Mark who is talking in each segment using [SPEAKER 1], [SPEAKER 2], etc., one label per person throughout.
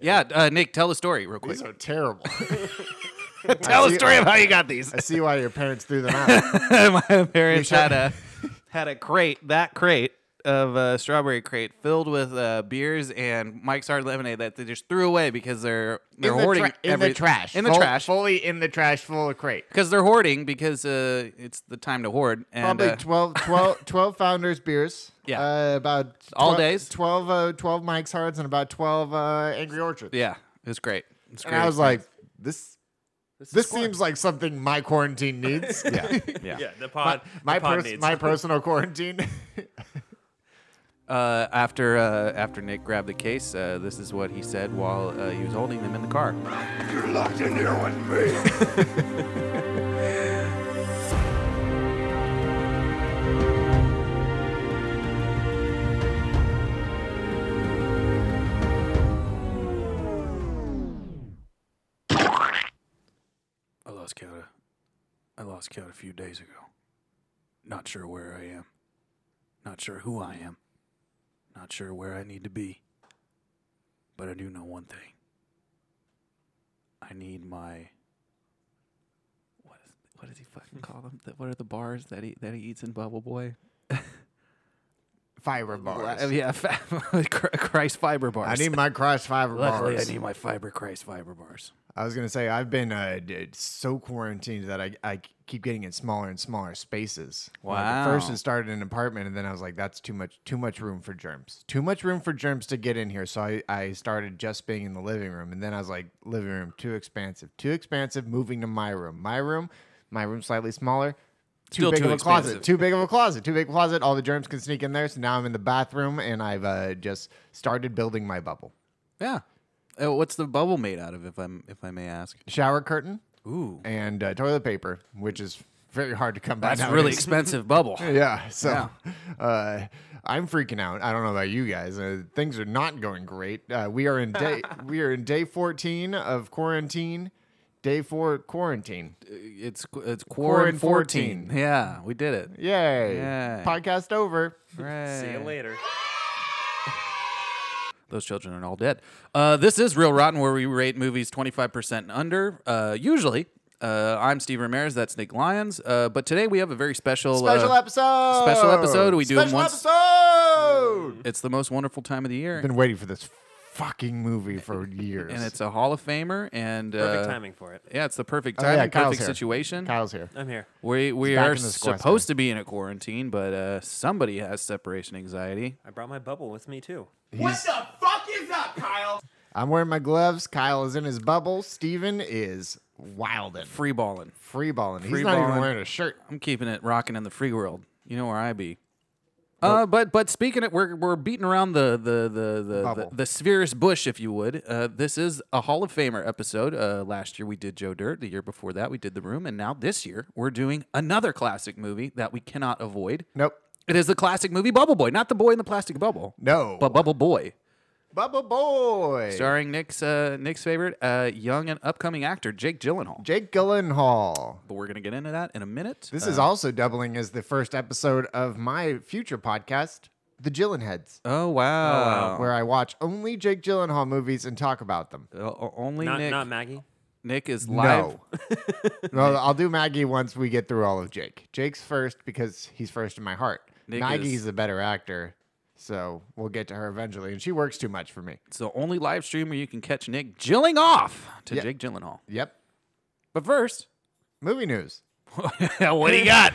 [SPEAKER 1] Yeah, uh, Nick, tell the story real quick.
[SPEAKER 2] These are terrible.
[SPEAKER 1] tell
[SPEAKER 2] I
[SPEAKER 1] the
[SPEAKER 2] see-
[SPEAKER 1] story of how you got these.
[SPEAKER 2] I see why your parents threw them out.
[SPEAKER 1] my parents
[SPEAKER 2] You
[SPEAKER 1] had
[SPEAKER 2] should-
[SPEAKER 1] a had a crate, that crate of uh, strawberry crate filled with uh, beers and Mike's Hard Lemonade that they just threw away because they're they're
[SPEAKER 2] in,
[SPEAKER 1] hoarding
[SPEAKER 2] the tra- in
[SPEAKER 1] every-
[SPEAKER 2] the trash.
[SPEAKER 1] in the
[SPEAKER 2] Full-
[SPEAKER 1] trash
[SPEAKER 2] Fully in the trash, full of crate.
[SPEAKER 1] because they're hoarding because uh, it's the time to hoard and
[SPEAKER 2] Probably
[SPEAKER 1] uh,
[SPEAKER 2] twelve, twelve, twelve 12, 12 founders beers.
[SPEAKER 1] Yeah.
[SPEAKER 2] Uh, about
[SPEAKER 1] All
[SPEAKER 2] 12
[SPEAKER 1] days?
[SPEAKER 2] 12, uh, 12 Mike's Hards and about 12 uh, Angry Orchards.
[SPEAKER 1] yeah, it was great. It's
[SPEAKER 2] and
[SPEAKER 1] great.
[SPEAKER 2] I was like, this
[SPEAKER 1] This is
[SPEAKER 2] this
[SPEAKER 1] corn.
[SPEAKER 2] seems like something my quarantine needs. yeah.
[SPEAKER 1] yeah.
[SPEAKER 3] Yeah, the pod.
[SPEAKER 2] My,
[SPEAKER 3] the pod
[SPEAKER 2] pers-
[SPEAKER 3] needs.
[SPEAKER 2] my personal quarantine.
[SPEAKER 1] Uh, after uh, after Nick grabbed the case, uh, this is what he said while uh, he was holding them in the car.
[SPEAKER 4] You're locked in here with me.
[SPEAKER 1] I lost count. of- I lost count a few days ago. Not sure where I am. Not sure who I am. Not sure where I need to be. But I do know one thing. I need my. What is what does he fucking call them? The- What are the bars that he that he eats in Bubble Boy?
[SPEAKER 2] fiber bars.
[SPEAKER 1] Uh, yeah, fa- Christ fiber bars.
[SPEAKER 2] I need my Christ fiber
[SPEAKER 1] Luckily,
[SPEAKER 2] bars.
[SPEAKER 1] I need my fiber Christ fiber bars.
[SPEAKER 2] I was gonna say I've been uh, d- so quarantined that I, I keep getting in smaller and smaller spaces. Like, at first,
[SPEAKER 1] Wow.
[SPEAKER 2] it started in an apartment, and then I was like, "That's too much, too much room for germs, too much room for germs to get in here." So I, I started just being in the living room, and then I was like, "Living room too expansive, too expansive." Moving to my room, my room, my room slightly smaller. Too
[SPEAKER 1] Still
[SPEAKER 2] big
[SPEAKER 1] too
[SPEAKER 2] of a closet.
[SPEAKER 1] expansive.
[SPEAKER 2] Too big of a closet. Too big of a closet. All the germs can sneak in there. So now I'm in the bathroom, and I've uh, just started building my bubble.
[SPEAKER 1] Yeah. Uh, what's the bubble made out of, if I'm if I may ask?
[SPEAKER 2] Shower curtain.
[SPEAKER 1] Ooh.
[SPEAKER 2] and uh, toilet paper, which is very hard to come by.
[SPEAKER 1] That's a really
[SPEAKER 2] nowadays.
[SPEAKER 1] expensive bubble.
[SPEAKER 2] yeah. So, Uh, I'm freaking out. I don't know about you guys. Uh, things are not going great. Uh, we are in day we are in day 14 of quarantine. Day four quarantine.
[SPEAKER 1] It's it's Quarren
[SPEAKER 2] Quarren 14.
[SPEAKER 1] 14. Yeah, we did it.
[SPEAKER 2] Yay!
[SPEAKER 1] Yay.
[SPEAKER 2] Podcast over.
[SPEAKER 3] See you later.
[SPEAKER 1] Uh, Those children are all dead. Uh, this is Real Rotten, where we rate movies 25% and under, uh, usually. Uh, I'm Steve Ramirez. That's Nick Lyons. Uh, but today we have a very special
[SPEAKER 2] Special
[SPEAKER 1] uh,
[SPEAKER 2] episode.
[SPEAKER 1] special episode. We do 'em
[SPEAKER 2] special
[SPEAKER 1] once-
[SPEAKER 2] episode.
[SPEAKER 1] It's the most wonderful time of the year,
[SPEAKER 2] I've been waiting for this fucking movie for years.
[SPEAKER 1] and it's a Hall of Famer. And
[SPEAKER 3] Perfect
[SPEAKER 1] uh,
[SPEAKER 3] timing for it.
[SPEAKER 1] Yeah, it's the perfect
[SPEAKER 2] Oh, yeah,
[SPEAKER 1] time,
[SPEAKER 2] Kyle's
[SPEAKER 1] perfect
[SPEAKER 2] here.
[SPEAKER 1] situation.
[SPEAKER 2] Kyle's here.
[SPEAKER 3] I'm here.
[SPEAKER 1] We we
[SPEAKER 2] back
[SPEAKER 1] are
[SPEAKER 2] in this question.
[SPEAKER 1] supposed to be in a quarantine, but uh, somebody has separation anxiety.
[SPEAKER 3] I brought my bubble with me too.
[SPEAKER 5] What the fuck is up, Kyle?
[SPEAKER 2] I'm wearing my gloves. Kyle is in his bubble. Steven is wildin'.
[SPEAKER 1] Free balling.
[SPEAKER 2] Free balling. He's
[SPEAKER 1] Free
[SPEAKER 2] not even
[SPEAKER 1] balling.
[SPEAKER 2] wearing a shirt.
[SPEAKER 1] I'm keeping it rocking in the free world. You know where I be. Uh, but but speaking of, we're we're beating around the the the the,
[SPEAKER 2] Bubble.
[SPEAKER 1] the, the spherest bush, if you would. Uh, this is a Hall of Famer episode. Uh, last year we did Joe Dirt. The year before that we did The Room, and now this year we're doing another classic movie that we cannot avoid.
[SPEAKER 2] Nope.
[SPEAKER 1] It is the classic movie Bubble Boy, not the boy in the plastic bubble.
[SPEAKER 2] No.
[SPEAKER 1] but Bubble Boy,
[SPEAKER 2] Bubble boy.
[SPEAKER 1] starring Nick's uh, Nick's favorite uh, young and upcoming actor Jake Gyllenhaal.
[SPEAKER 2] Jake Gyllenhaal.
[SPEAKER 1] But we're gonna get into that in a minute.
[SPEAKER 2] This
[SPEAKER 1] Uh,
[SPEAKER 2] is also doubling as the first episode of my future podcast, The Gyllenheads, uh,
[SPEAKER 1] oh wow.
[SPEAKER 2] where I watch only Jake Gyllenhaal movies and talk about them.
[SPEAKER 1] Uh, o- only
[SPEAKER 3] Not
[SPEAKER 1] Nick.
[SPEAKER 3] not Maggie.
[SPEAKER 1] Nick is live.
[SPEAKER 2] No. no, I'll do Maggie once we get through all of Jake. Jake's first because he's first in my heart.
[SPEAKER 1] Nick
[SPEAKER 2] Maggie's
[SPEAKER 1] is-
[SPEAKER 2] the better actor, so we'll get to her eventually. And she works too much for me.
[SPEAKER 1] It's the only live stream where you can catch Nick jilling off to
[SPEAKER 2] Yeah.
[SPEAKER 1] Jake Gyllenhaal.
[SPEAKER 2] Yep.
[SPEAKER 1] But first,
[SPEAKER 2] Movie news.
[SPEAKER 1] what do you got?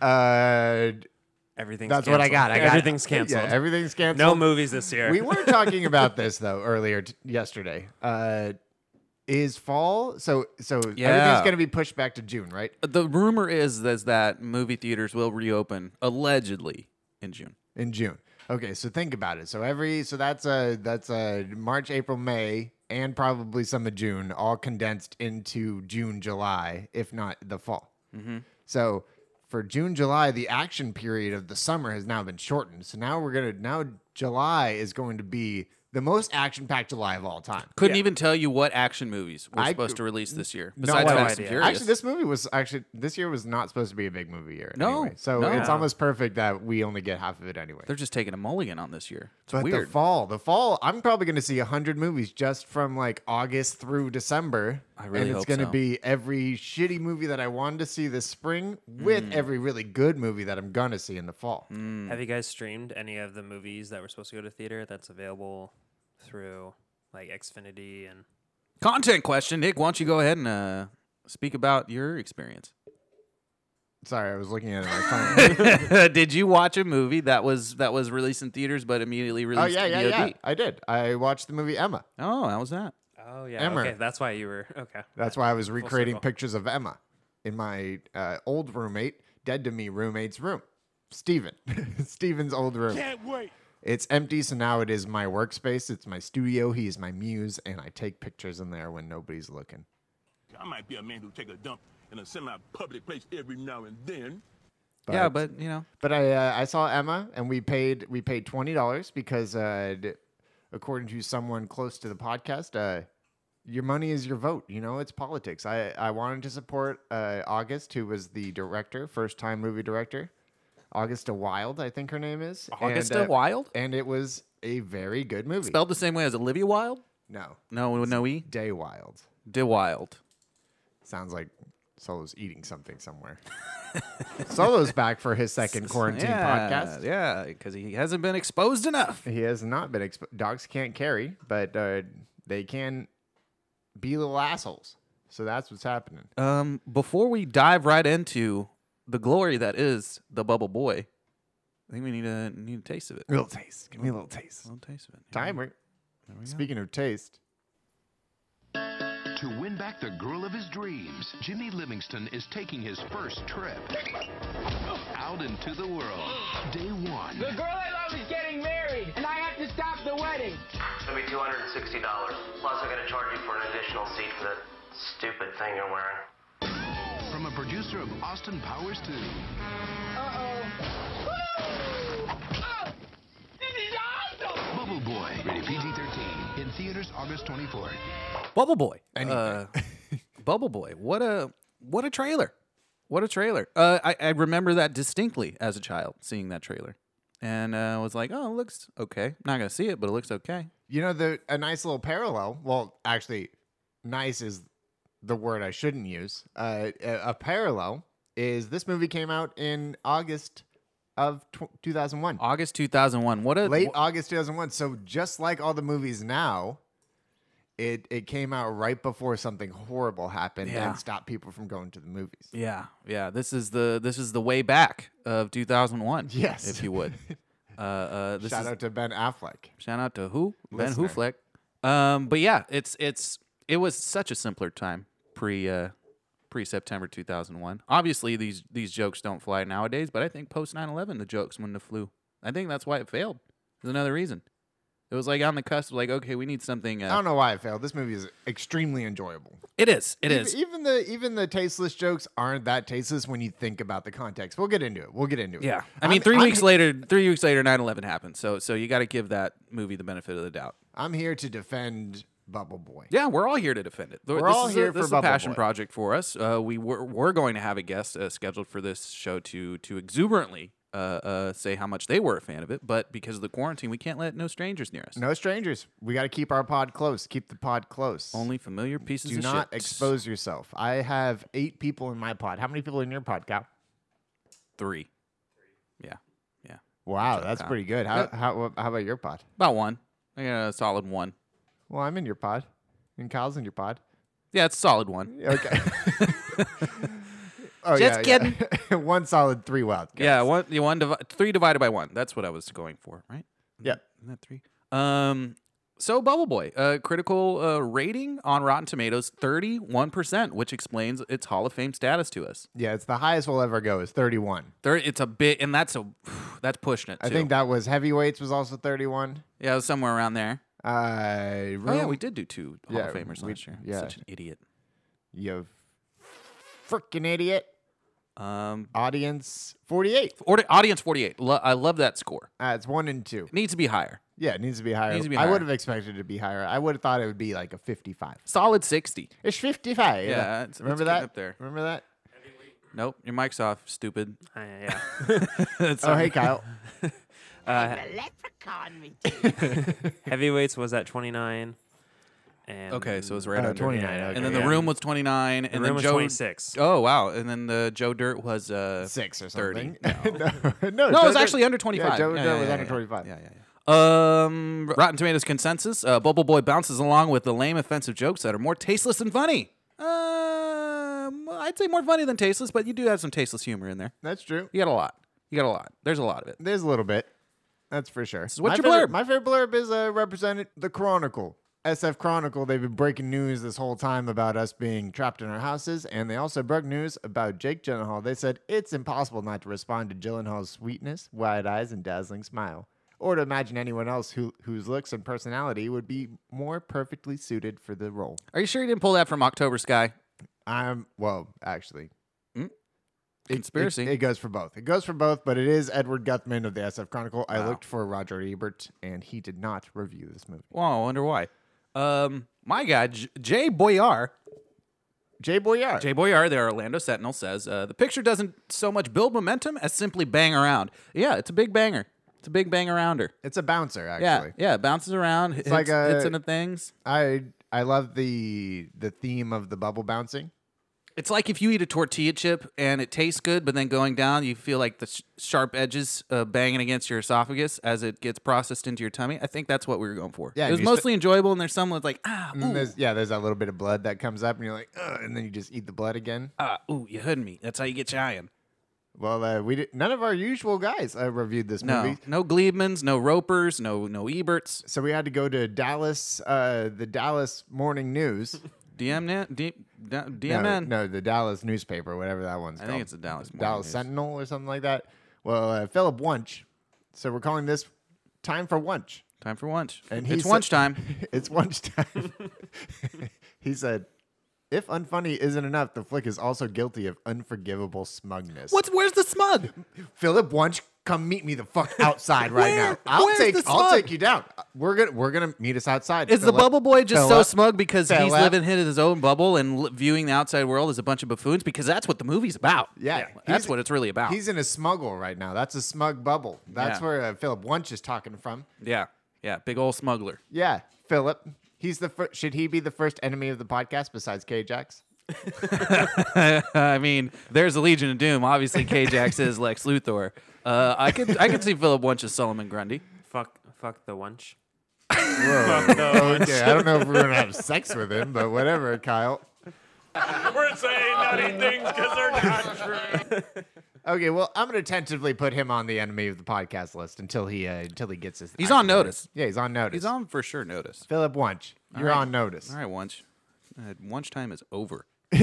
[SPEAKER 2] Uh,
[SPEAKER 3] Everything's
[SPEAKER 2] That's what I
[SPEAKER 3] canceled.
[SPEAKER 2] got. I got
[SPEAKER 3] Everything's canceled.
[SPEAKER 2] Yeah, everything's canceled.
[SPEAKER 3] no movies this year.
[SPEAKER 2] we were talking about this though earlier t- yesterday. Uh, is fall so so everything's
[SPEAKER 1] Yeah.
[SPEAKER 2] going to be pushed back to June, right?
[SPEAKER 1] the rumor is, is that movie theaters will reopen allegedly in June.
[SPEAKER 2] In June. Okay, so think about it. So every so that's a that's a March, April, May, and probably some of June, all condensed into June, July, if not the fall. So for June, July, the action period of the summer has now been shortened. So now we're gonna now July is going to be the most action-packed July of all time.
[SPEAKER 1] Couldn't even tell you what action movies were
[SPEAKER 2] I
[SPEAKER 1] supposed to
[SPEAKER 2] cou-
[SPEAKER 1] release this year.
[SPEAKER 2] No
[SPEAKER 1] Besides
[SPEAKER 2] idea.
[SPEAKER 1] Fast and Furious.
[SPEAKER 2] Actually, this movie was actually this year was not supposed to be a big movie year.
[SPEAKER 1] No,
[SPEAKER 2] anyway. so
[SPEAKER 1] no.
[SPEAKER 2] it's almost perfect that we only get half of it anyway.
[SPEAKER 1] They're just taking a mulligan on this year. It's
[SPEAKER 2] but
[SPEAKER 1] weird.
[SPEAKER 2] the fall, the fall, I'm probably going to see hundred movies just from like August through December.
[SPEAKER 1] I really
[SPEAKER 2] and it's
[SPEAKER 1] hope
[SPEAKER 2] gonna
[SPEAKER 1] so.
[SPEAKER 2] be every shitty movie that I wanted to see this spring with
[SPEAKER 1] Hmm.
[SPEAKER 2] every really good movie that I'm gonna see in the fall.
[SPEAKER 1] Mm.
[SPEAKER 3] Have you guys streamed any of the movies that were supposed to go to theater that's available through like Xfinity and
[SPEAKER 1] Content question, Nick. Why don't you go ahead and uh, speak about your experience?
[SPEAKER 2] Sorry, I was looking at it. on My phone.
[SPEAKER 1] Did you watch a movie that was that was released in theaters but immediately
[SPEAKER 2] oh
[SPEAKER 1] released
[SPEAKER 2] yeah,
[SPEAKER 1] to
[SPEAKER 2] yeah,
[SPEAKER 1] VOD?
[SPEAKER 2] yeah. I did. I watched the movie Emma.
[SPEAKER 1] Oh, how was that?
[SPEAKER 3] Oh yeah,
[SPEAKER 2] Emmer.
[SPEAKER 3] okay, that's why you were okay.
[SPEAKER 2] That's why I was recreating
[SPEAKER 3] circle.
[SPEAKER 2] pictures of Emma in my uh, old roommate, dead to me roommate's room. Steven. Steven's old room. Can't wait. It's empty, so now it is my workspace. It's my studio. He is my muse, and I take pictures in there when nobody's looking.
[SPEAKER 6] I might be a man who take a dump in a semi-public place every now and then.
[SPEAKER 1] yeah, but you know,
[SPEAKER 2] But I uh, I saw Emma, and we paid we paid twenty dollars because uh, d- according to someone close to the podcast, uh, your money is your vote. You know, it's politics. I I wanted to support uh, August, who was the director, first time movie director, Augusta Wilde, I think her name is And,
[SPEAKER 1] Augusta
[SPEAKER 2] uh,
[SPEAKER 1] Wilde?
[SPEAKER 2] and it was a very good movie.
[SPEAKER 1] spelled the same way as Olivia Wilde.
[SPEAKER 2] no,
[SPEAKER 1] No, no e.
[SPEAKER 2] Day Wilde
[SPEAKER 1] De Wilde.
[SPEAKER 2] sounds like. Solo's eating something somewhere. Solo's back for his second quarantine podcast.
[SPEAKER 1] Yeah, because he hasn't been exposed enough.
[SPEAKER 2] He has not been exp- dogs can't carry, but uh, they can be little assholes. So that's what's happening.
[SPEAKER 1] Um, before we dive right into the glory that is the Bubble Boy, I think we need a need a taste of it. A
[SPEAKER 2] little taste. Give me a little taste.
[SPEAKER 1] little taste of it.
[SPEAKER 2] Timer. Speaking of taste,
[SPEAKER 7] To win back the girl of his dreams, Jimmy Livingston is taking his first trip out into the world. Day one.
[SPEAKER 8] The girl I love is getting married, and I have to stop the wedding.
[SPEAKER 9] It'll be two hundred and sixty dollars. Plus, I'm gonna charge you for an additional seat for that stupid thing you're wearing.
[SPEAKER 7] From a producer of Austin Powers 2,
[SPEAKER 8] Uh-oh. Oh, this is awesome!
[SPEAKER 7] Bubble Boy, rated PG 13, in theaters August 24th.
[SPEAKER 1] Bubble Boy. Uh, Bubble Boy. What a what a trailer. What a trailer. Uh, I, I remember that distinctly as a child, seeing that trailer. And uh, I was like, oh, it looks okay. Not going to see it, but it looks okay.
[SPEAKER 2] you know the a nice little parallel. Well, actually, nice is the word I shouldn't use. Uh, a, a parallel is this movie came out in August of tw- 2001.
[SPEAKER 1] August 2001. What a.
[SPEAKER 2] late
[SPEAKER 1] wh-
[SPEAKER 2] August 2001. So just like all the movies now, it it came out right before something horrible happened
[SPEAKER 1] Yeah.
[SPEAKER 2] and stopped people from going to the movies.
[SPEAKER 1] yeah, yeah. This is the this is the way back of 2001.
[SPEAKER 2] Yes.
[SPEAKER 1] If you would. uh, uh, this
[SPEAKER 2] Shout
[SPEAKER 1] is,
[SPEAKER 2] out to Ben Affleck.
[SPEAKER 1] Shout out to who?
[SPEAKER 2] Listener.
[SPEAKER 1] Ben Hufleck. Um, but yeah, it's it's it was such a simpler time pre uh, pre September 2001. Obviously these these jokes don't fly nowadays, but I think post 9/11 the jokes wouldn't have flew. I think that's why it failed. There's another reason. It was like on the cusp of like okay, we need something
[SPEAKER 2] I
[SPEAKER 1] uh,
[SPEAKER 2] don't know why it failed. This movie is extremely enjoyable.
[SPEAKER 1] It is. It
[SPEAKER 2] Even-
[SPEAKER 1] is.
[SPEAKER 2] Even the even the tasteless jokes aren't that tasteless when you think about the context. We'll get into it. We'll get into it.
[SPEAKER 1] Yeah. I mean
[SPEAKER 2] I'm-
[SPEAKER 1] 3
[SPEAKER 2] I'm
[SPEAKER 1] weeks later 3 weeks later 9/11 happened. So so you got to give that movie the benefit of the doubt.
[SPEAKER 2] I'm here to defend Bubble Boy.
[SPEAKER 1] Yeah, we're all here to defend it. We're
[SPEAKER 2] all here
[SPEAKER 1] a,
[SPEAKER 2] for
[SPEAKER 1] this is a
[SPEAKER 2] Bubble
[SPEAKER 1] passion
[SPEAKER 2] Boy.
[SPEAKER 1] project for us. Uh, we were, were going to have a guest uh, scheduled for this show to to exuberantly uh, uh, say how much they were a fan of it, but because of the quarantine, we can't let no strangers near us.
[SPEAKER 2] No strangers. We got to keep our pod close. Keep the pod close.
[SPEAKER 1] Only familiar pieces.
[SPEAKER 2] Do
[SPEAKER 1] of
[SPEAKER 2] not
[SPEAKER 1] shit.
[SPEAKER 2] expose yourself. I have eight people in my pod. How many people in your pod, Cal?
[SPEAKER 1] three. Yeah, yeah,
[SPEAKER 2] Wow, that's pretty good. How, how how about your pod?
[SPEAKER 1] about one. I got a solid one.
[SPEAKER 2] Well, I'm in your pod, and Kyle's in your pod.
[SPEAKER 1] Yeah, it's a solid one.
[SPEAKER 2] Okay. oh,
[SPEAKER 1] Just
[SPEAKER 2] yeah, Yeah. One solid three wild. Guys.
[SPEAKER 1] Yeah, one, you one divi- three divided by one. That's what I was going for, right?
[SPEAKER 2] Yep.
[SPEAKER 1] Isn't that three? Um, so Bubble Boy, uh, critical uh, rating on Rotten Tomatoes, thirty-one percent, which explains its Hall of Fame status to us.
[SPEAKER 2] Yeah, it's the highest we'll ever go is 31.
[SPEAKER 1] Thir it's a bit, and that's a that's pushing it. Too.
[SPEAKER 2] I think that was heavyweights was also 31.
[SPEAKER 1] yeah, it was somewhere around there.
[SPEAKER 2] Uh,
[SPEAKER 1] Oh yeah,
[SPEAKER 2] room-
[SPEAKER 1] we did do two Hall
[SPEAKER 2] Yeah,
[SPEAKER 1] of Famers
[SPEAKER 2] we-
[SPEAKER 1] last year.
[SPEAKER 2] yeah.
[SPEAKER 1] Such an idiot.
[SPEAKER 2] You freaking idiot.
[SPEAKER 1] Um,
[SPEAKER 2] Audience 48.
[SPEAKER 1] ordi- audience 48. Lo- I love that score.
[SPEAKER 2] Uh, it's one and two.
[SPEAKER 1] It needs to be higher.
[SPEAKER 2] Yeah, it needs to be higher.
[SPEAKER 1] Needs to be
[SPEAKER 2] I
[SPEAKER 1] higher.
[SPEAKER 2] would have expected it to be higher. I would have thought it would be like a 55.
[SPEAKER 1] Solid 60.
[SPEAKER 2] It's 55.
[SPEAKER 1] Yeah, it's- it's
[SPEAKER 2] remember
[SPEAKER 1] getting
[SPEAKER 2] that?
[SPEAKER 1] up there.
[SPEAKER 2] Remember that?
[SPEAKER 1] Nope, your mic's off, stupid.
[SPEAKER 3] Uh, yeah.
[SPEAKER 2] Oh, hey, Kyle.
[SPEAKER 3] Heavyweights was at 29. And
[SPEAKER 1] Okay, so it's right
[SPEAKER 2] Uh,
[SPEAKER 1] under.
[SPEAKER 2] 29. okay.
[SPEAKER 1] And then the
[SPEAKER 3] Yeah.
[SPEAKER 1] room was 29. and
[SPEAKER 3] room
[SPEAKER 1] then
[SPEAKER 3] was
[SPEAKER 1] Joe,
[SPEAKER 3] 26.
[SPEAKER 1] Oh, wow. And then the Joe Dirt was uh,
[SPEAKER 2] six or
[SPEAKER 1] 30.
[SPEAKER 2] something. no, no,
[SPEAKER 1] No,
[SPEAKER 2] Joe
[SPEAKER 1] it was
[SPEAKER 2] Dirt-
[SPEAKER 1] actually under 25.
[SPEAKER 2] Yeah, Joe
[SPEAKER 1] Yeah,
[SPEAKER 2] Dirt
[SPEAKER 1] yeah,
[SPEAKER 2] was
[SPEAKER 1] yeah,
[SPEAKER 2] under
[SPEAKER 1] yeah.
[SPEAKER 2] 25.
[SPEAKER 1] Yeah, yeah, yeah. Um, Rotten Tomatoes consensus: uh, Bubble Boy bounces along with the lame, offensive jokes that are more tasteless than funny. Um, I'd say more funny than tasteless, but you do have some tasteless humor in there.
[SPEAKER 2] That's true.
[SPEAKER 1] You got a lot. You got a lot. There's a lot of it.
[SPEAKER 2] There's a little bit. That's for sure.
[SPEAKER 1] So what's
[SPEAKER 2] my
[SPEAKER 1] your
[SPEAKER 2] favorite,
[SPEAKER 1] blurb?
[SPEAKER 2] My favorite blurb is uh, represented the Chronicle. SF Chronicle, they've been breaking news this whole time about us being trapped in our houses, and they also broke news about Jake Gyllenhaal. They said it's impossible not to respond to Gyllenhaal's sweetness, wide eyes, and dazzling smile, or to imagine anyone else who whose looks and personality would be more perfectly suited for the role.
[SPEAKER 1] Are you sure you didn't pull that from October Sky?
[SPEAKER 2] I'm well, actually,
[SPEAKER 1] Conspiracy.
[SPEAKER 2] It, it goes for both. It goes for both, but it is Edward Guthman of the SF Chronicle. I looked for Roger Ebert, and he did not review this movie.
[SPEAKER 1] wow, I wonder why. Um, my God, J- Jay Boyar.
[SPEAKER 2] Jay Boyar.
[SPEAKER 1] Jay Boyar, the Orlando Sentinel, says uh, the picture doesn't so much build momentum as simply bang around. Yeah, it's a big banger. It's a big bang arounder.
[SPEAKER 2] it's a bouncer,
[SPEAKER 1] Yeah,
[SPEAKER 2] actually.
[SPEAKER 1] yeah, it bounces around, hits,
[SPEAKER 2] like a-
[SPEAKER 1] hits into things.
[SPEAKER 2] I I love the the theme of the bubble bouncing.
[SPEAKER 1] It's like if you eat a tortilla chip and it tastes good, but then going down, you feel like the sh- sharp edges uh, banging against your esophagus as it gets processed into your tummy. I think that's what we were going for.
[SPEAKER 2] Yeah,
[SPEAKER 1] it was
[SPEAKER 2] you st-
[SPEAKER 1] mostly enjoyable, and there's some that's like ah,
[SPEAKER 2] And then there's, yeah, there's that little bit of blood that comes up, and you're like, Ugh, and then you just eat the blood again.
[SPEAKER 1] ah, ooh, you hooded me. That's how you get your iron.
[SPEAKER 2] Well, uh, we did, none of our usual guys uh, reviewed this
[SPEAKER 1] No,
[SPEAKER 2] movie.
[SPEAKER 1] no Gleebmans, no Ropers, no no Eberts.
[SPEAKER 2] So we had to go to Dallas, uh, the Dallas Morning News.
[SPEAKER 1] DM na- D- D-
[SPEAKER 2] No,
[SPEAKER 1] DMN.
[SPEAKER 2] No, the Dallas newspaper, whatever that one's
[SPEAKER 1] I
[SPEAKER 2] called.
[SPEAKER 1] think it's the Dallas Morning
[SPEAKER 2] Dallas
[SPEAKER 1] News.
[SPEAKER 2] Sentinel or something like that. Well, uh, Philip Wunsch. So we're calling this time for Wunsch.
[SPEAKER 1] Time for lunch.
[SPEAKER 2] And he
[SPEAKER 1] it's
[SPEAKER 2] said-
[SPEAKER 1] lunch time.
[SPEAKER 2] it's Wunsch time. he said, if unfunny isn't enough, the flick is also guilty of unforgivable smugness.
[SPEAKER 1] What's where's the smug?
[SPEAKER 2] Philip Wunsch? Come meet me the fuck outside right
[SPEAKER 1] Where-
[SPEAKER 2] now. I'll
[SPEAKER 1] where's
[SPEAKER 2] take
[SPEAKER 1] the
[SPEAKER 2] I'll
[SPEAKER 1] smug?
[SPEAKER 2] take you down. We're gonna we're gonna meet us outside.
[SPEAKER 1] Is the
[SPEAKER 2] Philip.
[SPEAKER 1] bubble boy just so
[SPEAKER 2] Philip.
[SPEAKER 1] smug because he's
[SPEAKER 2] Philip.
[SPEAKER 1] living in his own bubble and li- viewing the outside world as a bunch of buffoons? Because that's what the movie's about.
[SPEAKER 2] Yeah,
[SPEAKER 1] that's
[SPEAKER 2] he's-
[SPEAKER 1] what it's really about.
[SPEAKER 2] He's in a smuggle right now. That's a smug bubble. That's
[SPEAKER 1] Yeah.
[SPEAKER 2] where uh, Philip Wunsch is talking from.
[SPEAKER 1] yeah, yeah, big old smuggler.
[SPEAKER 2] Yeah, Philip. He's the fir- should he be the first enemy of the podcast besides KJax?
[SPEAKER 1] I mean, there's a Legion of Doom. Obviously, Kjax is Lex Luthor. Uh, I could I could see Philip Wunsch as Solomon Grundy.
[SPEAKER 3] Fuck, fuck the wench.
[SPEAKER 2] Okay, I don't know if we're gonna have sex with him, but whatever, Kyle.
[SPEAKER 6] We're saying nutty things because they're not true.
[SPEAKER 2] Okay, well, I'm gonna tentatively put him on the enemy of the podcast list until he uh, until he gets his.
[SPEAKER 1] He's on
[SPEAKER 2] activated.
[SPEAKER 1] notice.
[SPEAKER 2] Yeah, he's on notice.
[SPEAKER 1] He's on for sure notice.
[SPEAKER 2] Philip Wunsch. You're on notice.
[SPEAKER 1] All right, lunch. Uh, lunch time is over.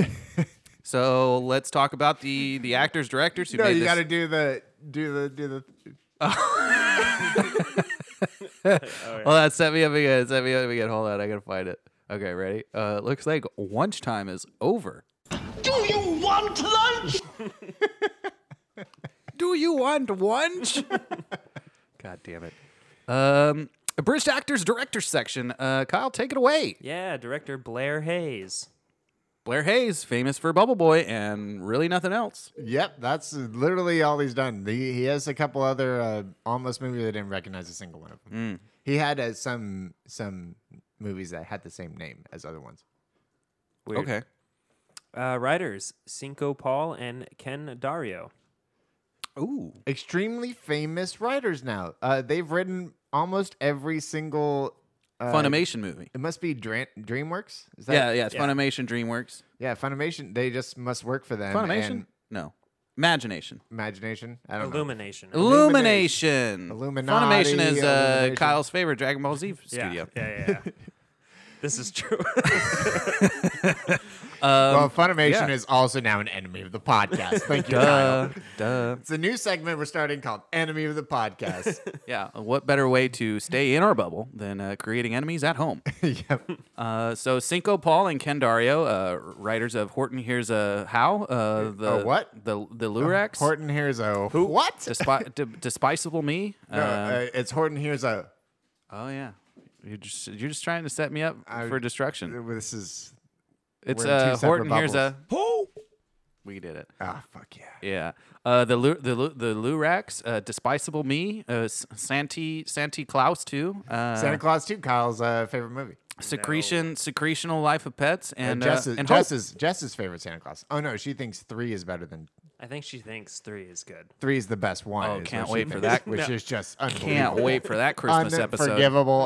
[SPEAKER 1] so let's talk about the the actors, directors who
[SPEAKER 2] No,
[SPEAKER 1] made
[SPEAKER 2] you
[SPEAKER 1] this.
[SPEAKER 2] gotta do the do the do the.
[SPEAKER 1] Well, that set me up again. Set me up again. Hold on, I gotta find it. Okay, ready? Uh, looks like lunch time is over.
[SPEAKER 10] Do you want lunch?
[SPEAKER 1] Do you want lunch? God damn it. Um, British actors, directors section. Uh, Kyle, take it away.
[SPEAKER 3] Yeah, director Blair Hayes.
[SPEAKER 1] Blair Hayes, famous for Bubble Boy and really nothing else.
[SPEAKER 2] Yep, that's literally all he's done. The, he has a couple other uh, almost movies I didn't recognize a single one of
[SPEAKER 1] Mm.
[SPEAKER 2] them. He had uh, some some movies that had the same name as other ones.
[SPEAKER 3] Weird.
[SPEAKER 1] Okay.
[SPEAKER 3] Uh, writers Cinco Paul and Ken Dario.
[SPEAKER 1] Ooh.
[SPEAKER 2] extremely famous writers now. Uh, they've written almost every single. Uh,
[SPEAKER 1] Funimation movie.
[SPEAKER 2] It must be Dra- DreamWorks. Is
[SPEAKER 1] yeah, yeah. It's
[SPEAKER 3] yeah.
[SPEAKER 1] Funimation, DreamWorks.
[SPEAKER 2] yeah. Funimation. They just must work for them.
[SPEAKER 1] Funimation?
[SPEAKER 2] and
[SPEAKER 1] No. Imagination.
[SPEAKER 2] Imagination. I don't
[SPEAKER 1] Um,
[SPEAKER 2] know.
[SPEAKER 3] Illumination.
[SPEAKER 1] Illumination.
[SPEAKER 2] Illuminati,
[SPEAKER 1] Funimation is uh,
[SPEAKER 2] Illumination.
[SPEAKER 1] Kyle's favorite Dragon Ball Z
[SPEAKER 3] yeah.
[SPEAKER 1] studio.
[SPEAKER 3] Yeah, yeah, yeah. This is true.
[SPEAKER 2] well, Funimation
[SPEAKER 1] yeah.
[SPEAKER 2] is also now an enemy of the podcast. Thank you,
[SPEAKER 1] Duh,
[SPEAKER 2] Kyle.
[SPEAKER 1] duh.
[SPEAKER 2] It's a new segment we're starting called Enemy of the Podcast.
[SPEAKER 1] Yeah. What better way to stay in our bubble than uh, creating enemies at home?
[SPEAKER 2] yep.
[SPEAKER 1] Uh, so Cinco Paul and Ken Dario, uh, writers of Horton Hears a How, uh, the
[SPEAKER 2] what? Uh,
[SPEAKER 1] the the Lurex,
[SPEAKER 2] Horton here's a what?
[SPEAKER 1] Despi- de- Despicable Me.
[SPEAKER 2] No,
[SPEAKER 1] um,
[SPEAKER 2] uh, it's Horton here's a.
[SPEAKER 1] Oh yeah, you're just you're just trying to set me up
[SPEAKER 2] I-
[SPEAKER 1] for destruction.
[SPEAKER 2] This is
[SPEAKER 1] It's
[SPEAKER 2] we're in two
[SPEAKER 1] uh,
[SPEAKER 2] separate
[SPEAKER 1] Horton. Here's
[SPEAKER 2] bubbles.
[SPEAKER 1] a who. We did it.
[SPEAKER 2] ah fuck yeah.
[SPEAKER 1] Yeah. Uh, the Lu- the Lu- the Lurax, uh, Despicable Me, uh, S- Santi Santi Claus too. Uh,
[SPEAKER 2] Santa Claus 2, Kyle's uh, favorite movie.
[SPEAKER 1] Secretion Secretional Life of Pets and
[SPEAKER 2] And,
[SPEAKER 1] uh,
[SPEAKER 2] Jess's,
[SPEAKER 1] and Hope.
[SPEAKER 2] Jess's, Jess's favorite Santa Claus. Oh no, she thinks three is better than
[SPEAKER 3] I think she thinks three is good.
[SPEAKER 2] three is the best one.
[SPEAKER 1] Oh,
[SPEAKER 2] is what
[SPEAKER 1] can't
[SPEAKER 2] she
[SPEAKER 1] wait for
[SPEAKER 2] thinks,
[SPEAKER 1] that.
[SPEAKER 2] Which
[SPEAKER 3] No.
[SPEAKER 2] is just unbelievable.
[SPEAKER 1] Can't wait for that Christmas episode.
[SPEAKER 2] Unforgivable,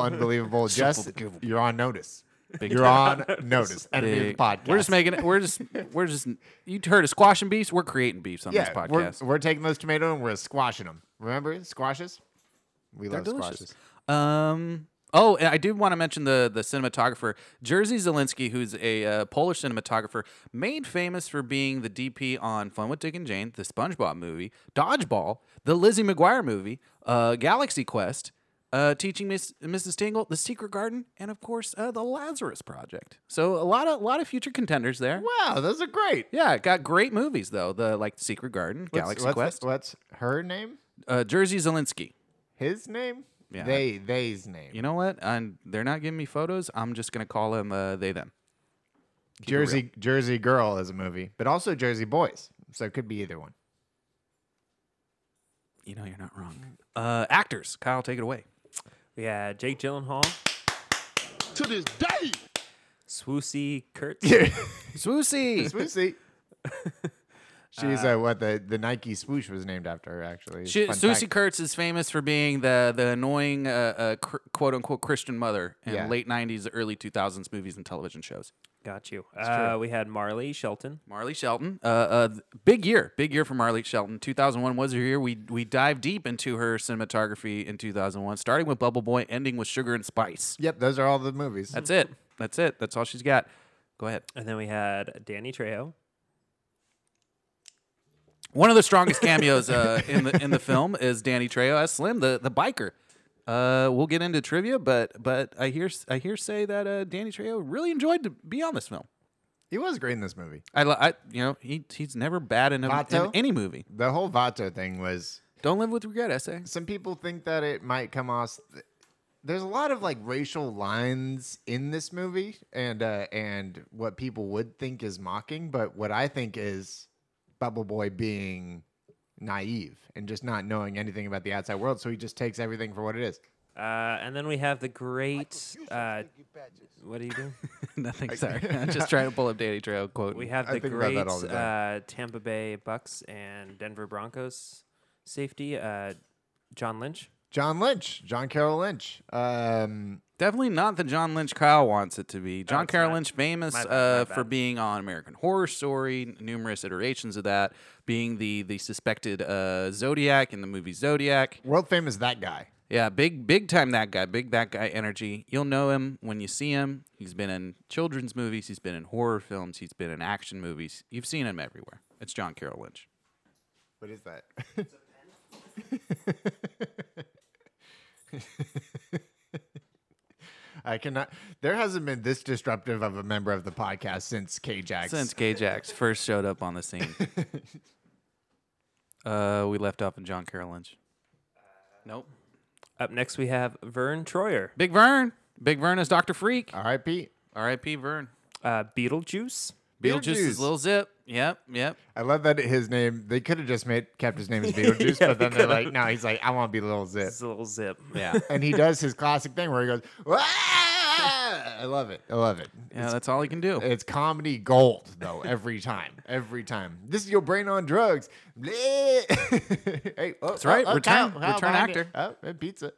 [SPEAKER 2] unbelievable. Just
[SPEAKER 1] Unforgivable.
[SPEAKER 2] you're on notice.
[SPEAKER 1] Big
[SPEAKER 2] You're on notice. Enemy of the
[SPEAKER 1] Big-
[SPEAKER 2] podcast.
[SPEAKER 1] We're just making it. We're just we're just. You heard of squashing beefs? We're creating beefs on
[SPEAKER 2] yeah,
[SPEAKER 1] this podcast.
[SPEAKER 2] we're, we're taking those tomatoes and we're squashing them. Remember squashes? We
[SPEAKER 1] They're
[SPEAKER 2] love
[SPEAKER 1] delicious.
[SPEAKER 2] squashes.
[SPEAKER 1] Um. Oh, and I do want to mention the the cinematographer Jerzy Zielinski, who's a uh, Polish cinematographer, made famous for being the DP on Fun with Dick and Jane, the SpongeBob movie, Dodgeball, the Lizzie McGuire movie, uh, Galaxy Quest, uh, Teaching Miss, Mrs. Tingle, The Secret Garden, and of course uh, the Lazarus Project. So a lot of a lot of future contenders there.
[SPEAKER 2] Wow, those are great.
[SPEAKER 1] Yeah, it got great movies though. The like Secret Garden,
[SPEAKER 2] What's-
[SPEAKER 1] Galaxy
[SPEAKER 2] what's,
[SPEAKER 1] Quest,
[SPEAKER 2] What's her name?
[SPEAKER 1] uh, Jerzy Zielinski.
[SPEAKER 2] His name?
[SPEAKER 1] Yeah.
[SPEAKER 2] They they's name.
[SPEAKER 1] You know what? i they're not giving me photos. I'm just gonna call them uh, they them.
[SPEAKER 2] Jersey Jersey Girl is a movie, but also Jersey Boys. So it could be either one.
[SPEAKER 1] You know you're not wrong. Uh, actors, Kyle, take it away.
[SPEAKER 3] We had Jake Gyllenhaal,
[SPEAKER 6] To this day,
[SPEAKER 3] Swoosie Kurtz,
[SPEAKER 1] Swoosie.
[SPEAKER 2] Swoosy. She's uh, what the, the Nike swoosh was named after her actually.
[SPEAKER 1] She,
[SPEAKER 2] Fun
[SPEAKER 1] Susie
[SPEAKER 2] fact.
[SPEAKER 1] Kurtz is famous for being the the annoying uh, uh, cr- quote unquote Christian mother in
[SPEAKER 2] Yeah.
[SPEAKER 1] late '90s, early 2000s movies and television shows.
[SPEAKER 3] got you. Uh, we had Marley Shelton.
[SPEAKER 1] Marley Shelton, uh, uh, th- big year, big year for Marley Shelton. 2001 was her year. We we dive deep into her cinematography in 2001, starting with Bubble Boy, ending with Sugar and Spice.
[SPEAKER 2] Yep, those are all the movies.
[SPEAKER 1] That's it. That's it. That's all she's got. Go ahead.
[SPEAKER 3] And then we had Danny Trejo.
[SPEAKER 1] One of the strongest cameos uh, in the in the film is Danny Trejo as Slim, the the biker. Uh, we'll get into trivia, but but I hear I hear say that uh, Danny Trejo really enjoyed to be on this film.
[SPEAKER 2] He was great in this movie.
[SPEAKER 1] I, li- I you know he he's never bad in, a, in
[SPEAKER 2] Vato?
[SPEAKER 1] any movie.
[SPEAKER 2] The whole Vato thing was
[SPEAKER 1] Don't live with regret, essay.
[SPEAKER 2] some people think that it might come off there's a lot of like racial lines in this movie and uh and what people would think is mocking but what i think is bubble boy being naive and just not knowing anything about the outside world so he just takes everything for what it is
[SPEAKER 3] Uh, and then we have the great. Uh, what do you do?
[SPEAKER 1] Nothing. Sorry, I'm just trying to pull up Danny Trejo quote.
[SPEAKER 3] We have
[SPEAKER 2] I
[SPEAKER 3] the
[SPEAKER 2] think about
[SPEAKER 3] great
[SPEAKER 2] that all the time.
[SPEAKER 3] uh, Tampa Bay Bucks and Denver Broncos safety, uh, John Lynch.
[SPEAKER 2] john lynch john carroll lynch um
[SPEAKER 1] Definitely not the John Lynch Kyle wants it to be. John
[SPEAKER 3] it's
[SPEAKER 1] Carroll
[SPEAKER 3] not.
[SPEAKER 1] Lynch, famous
[SPEAKER 3] My bad,
[SPEAKER 1] uh,
[SPEAKER 3] my
[SPEAKER 1] for
[SPEAKER 3] bad.
[SPEAKER 1] being on American Horror Story, n- numerous iterations of that, being the the suspected uh, Zodiac in the movie Zodiac.
[SPEAKER 2] world famous that guy
[SPEAKER 1] Yeah, big big time that guy, big that guy energy. You'll know him when you see him. He's been in children's movies, he's been in horror films, he's been in action movies. You've seen him everywhere. It's John Carroll Lynch.
[SPEAKER 2] what is that I cannot. There hasn't been this disruptive of a member of the podcast since KJax.
[SPEAKER 1] Since K-Jax first showed up on the scene. uh, we left off in John Carroll Lynch. Nope.
[SPEAKER 3] Up next, we have Vern Troyer,
[SPEAKER 1] Big Vern. Big Vern is Dr. Freak.
[SPEAKER 2] R.I.P.
[SPEAKER 1] R.I.P. Vern.
[SPEAKER 3] uh, Beetlejuice.
[SPEAKER 1] Beetlejuice
[SPEAKER 2] Beetlejuice.
[SPEAKER 1] is Little Zip. Yep, yep.
[SPEAKER 2] I love that his name. They could have just made kept his name as Beetlejuice, but then they're like, no, he's like, I want to be Little Zip,
[SPEAKER 3] It's a little zip.
[SPEAKER 1] Yeah.
[SPEAKER 2] and he does his classic thing where he goes, "Wah!" I love it. I love it.
[SPEAKER 1] yeah, that's all he can do.
[SPEAKER 2] It's comedy gold though. Every time. Every time. This is your brain on drugs. Bleh. hey, oh, that's
[SPEAKER 1] right. Return- return actor.
[SPEAKER 2] Oh, and pizza.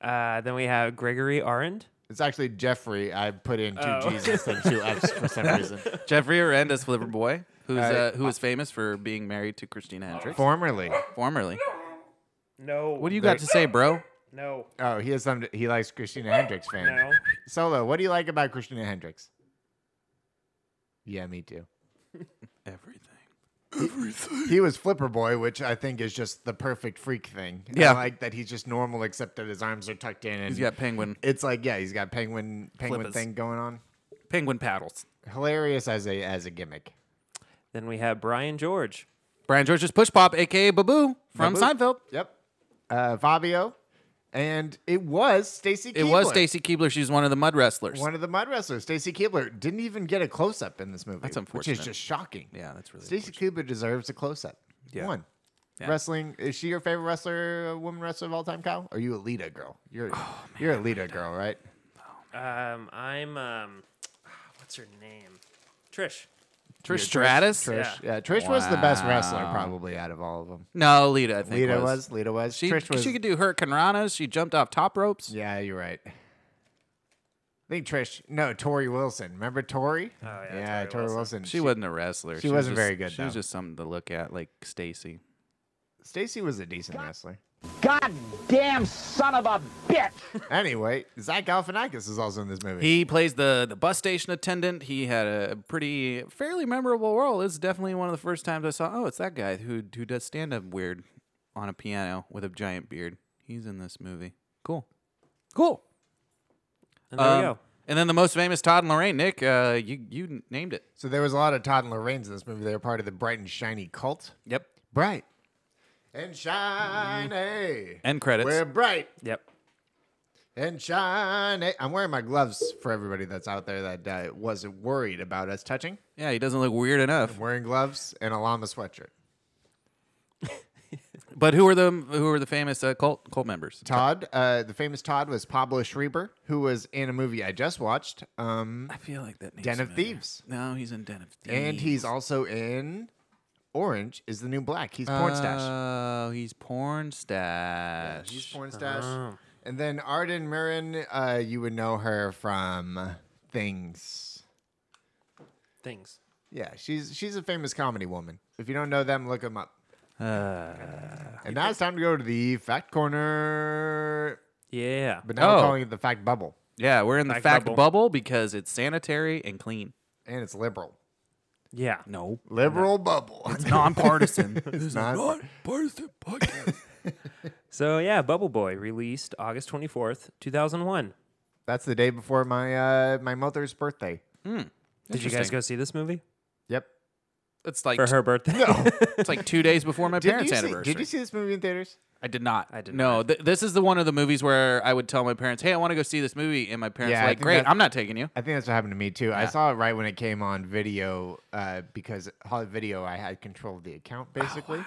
[SPEAKER 3] Uh, then we have Gregory Arend.
[SPEAKER 2] It's actually Jeffrey. I put in two
[SPEAKER 1] Oh.
[SPEAKER 2] Jesus and two F's for some reason.
[SPEAKER 1] Jeffrey Arendas Flipper Boy, who's
[SPEAKER 2] Uh,
[SPEAKER 1] uh, who is famous for being married to Christina Hendricks
[SPEAKER 2] Formerly,
[SPEAKER 1] formerly.
[SPEAKER 3] No.
[SPEAKER 1] What do you got to say, bro?
[SPEAKER 3] No.
[SPEAKER 2] Oh, he has some. He likes Christina Hendricks fan.
[SPEAKER 3] No.
[SPEAKER 2] Solo, what do you like about Christina Hendricks? Yeah, me too.
[SPEAKER 11] Everything.
[SPEAKER 2] He was Flipper Boy, which I think is just the perfect freak thing. I
[SPEAKER 1] Yeah.
[SPEAKER 2] like that he's just normal, except that his arms are tucked in. And
[SPEAKER 1] He's got penguin
[SPEAKER 2] It's like yeah, he's got penguin penguin
[SPEAKER 1] Flippers.
[SPEAKER 2] thing going on.
[SPEAKER 1] penguin paddles.
[SPEAKER 2] Hilarious as a as a gimmick.
[SPEAKER 3] Then we have Brian George.
[SPEAKER 1] Brian George's Push Pop, aka Baboo from
[SPEAKER 2] Babu.
[SPEAKER 1] Seinfeld.
[SPEAKER 2] Yep. Uh, Fabio, and it was Stacy.
[SPEAKER 1] It was
[SPEAKER 2] Keibler,
[SPEAKER 1] Stacy Keebler. She's one of the mud wrestlers.
[SPEAKER 2] one of the mud wrestlers. Stacy Keebler didn't even get a close up in this movie.
[SPEAKER 1] That's
[SPEAKER 2] Which
[SPEAKER 1] unfortunate.
[SPEAKER 2] is just shocking.
[SPEAKER 1] Yeah, that's really
[SPEAKER 2] Stacy Keebler deserves a close up.
[SPEAKER 1] Yeah.
[SPEAKER 2] One.
[SPEAKER 1] Yeah.
[SPEAKER 2] Wrestling is she your favorite wrestler, uh, woman wrestler of all time, Kyle? Are you a Lita girl? You're
[SPEAKER 1] Oh,
[SPEAKER 2] you're a Lita girl, right?
[SPEAKER 3] Um, I'm um, what's her name? Trish.
[SPEAKER 1] Trish Stratus.
[SPEAKER 2] Trish.
[SPEAKER 3] Yeah.
[SPEAKER 2] Yeah, Trish was the best wrestler
[SPEAKER 1] Wow.
[SPEAKER 2] probably out of all of them.
[SPEAKER 1] No, Lita. I think
[SPEAKER 2] Lita was. Lita was.
[SPEAKER 1] She
[SPEAKER 2] Trish was.
[SPEAKER 1] she could do hurricane ranas. She jumped off top ropes.
[SPEAKER 2] yeah, you're right. I think Trish. No, Tori Wilson. Remember Tori? Oh
[SPEAKER 3] yeah,
[SPEAKER 2] yeah
[SPEAKER 3] Tori
[SPEAKER 2] Tori
[SPEAKER 3] Wilson.
[SPEAKER 2] Wilson.
[SPEAKER 1] She, wasn't a wrestler.
[SPEAKER 2] she
[SPEAKER 1] was
[SPEAKER 2] wasn't very
[SPEAKER 1] just-
[SPEAKER 2] good,
[SPEAKER 1] She was
[SPEAKER 2] though.
[SPEAKER 1] just something to look at, like Stacy.
[SPEAKER 2] Stacy was a decent wrestler.
[SPEAKER 10] Goddamn son of a bitch!
[SPEAKER 2] anyway, Zach Galifianakis is also in this movie.
[SPEAKER 1] He plays the the bus station attendant. He had a pretty fairly memorable role. It's definitely one of the first times I saw. Oh, it's that guy who who does stand up weird on a piano with a giant beard. He's in this movie. Cool, cool.
[SPEAKER 3] And there we
[SPEAKER 1] Um,
[SPEAKER 3] go.
[SPEAKER 1] And then the most famous Todd and Lorraine. Nick, uh, you you n- named it.
[SPEAKER 2] so there was a lot of Todd and Lorraine's in this movie. They were part of the Bright and Shiny cult.
[SPEAKER 1] Yep.
[SPEAKER 2] Bright and shiny.
[SPEAKER 1] End credits.
[SPEAKER 2] We're bright
[SPEAKER 3] Yep.
[SPEAKER 2] and shiny. I'm wearing my gloves for everybody that's out there that uh, was worried about us touching.
[SPEAKER 1] Yeah, he doesn't look weird enough.
[SPEAKER 2] I'm wearing gloves and a llama sweatshirt.
[SPEAKER 1] But who are the who are the famous uh, cult cult members?
[SPEAKER 2] Todd, uh, the famous Todd was Pablo Schreiber, who was in a movie I just watched. Um,
[SPEAKER 1] I feel like that. Name's
[SPEAKER 2] Den of
[SPEAKER 1] familiar.
[SPEAKER 2] Thieves.
[SPEAKER 1] No, he's in Den of Thieves.
[SPEAKER 2] and he's also in Orange is the New Black. He's porn stash.
[SPEAKER 1] Oh, he's porn stash.
[SPEAKER 2] He's porn stash. And then Arden Mirren, uh, you would know her from Things.
[SPEAKER 3] Things.
[SPEAKER 2] Yeah, she's she's a famous comedy woman. If you don't know them, look them up.
[SPEAKER 1] Uh.
[SPEAKER 2] and now it's time to go to the fact corner,
[SPEAKER 3] Yeah.
[SPEAKER 2] but now
[SPEAKER 1] Oh.
[SPEAKER 2] we're calling it the fact bubble,
[SPEAKER 1] yeah, we're in the
[SPEAKER 3] Fact
[SPEAKER 1] fact bubble.
[SPEAKER 3] bubble.
[SPEAKER 1] because it's sanitary and clean.
[SPEAKER 2] and it's liberal.
[SPEAKER 3] Yeah.
[SPEAKER 1] No,
[SPEAKER 2] Liberal bubble. It's
[SPEAKER 1] nonpartisan. it's
[SPEAKER 2] not-
[SPEAKER 1] nonpartisan podcast.
[SPEAKER 3] So yeah, Bubble Boy released August twenty fourth, two thousand one.
[SPEAKER 2] That's the day before my uh, my mother's birthday.
[SPEAKER 3] Did you guys go see this movie
[SPEAKER 2] Yep.
[SPEAKER 1] It's like
[SPEAKER 3] for her birthday? No.
[SPEAKER 1] it's like two days before my
[SPEAKER 2] Did
[SPEAKER 1] parents'
[SPEAKER 2] you see,
[SPEAKER 1] anniversary.
[SPEAKER 2] did you see this movie in theaters?
[SPEAKER 1] I did not. I
[SPEAKER 3] did
[SPEAKER 1] No, th- this is the one of the movies where I would tell my parents, "Hey, I want to go see this movie," and my parents
[SPEAKER 2] Yeah,
[SPEAKER 1] were
[SPEAKER 2] I
[SPEAKER 1] like,
[SPEAKER 2] think
[SPEAKER 1] "Great,
[SPEAKER 2] that-
[SPEAKER 1] I'm not taking you."
[SPEAKER 2] I think that's what happened to me too. I
[SPEAKER 1] Yeah.
[SPEAKER 2] saw it right when it came on video uh, because Hollywood Video I had control of the account
[SPEAKER 1] Oh,
[SPEAKER 2] basically.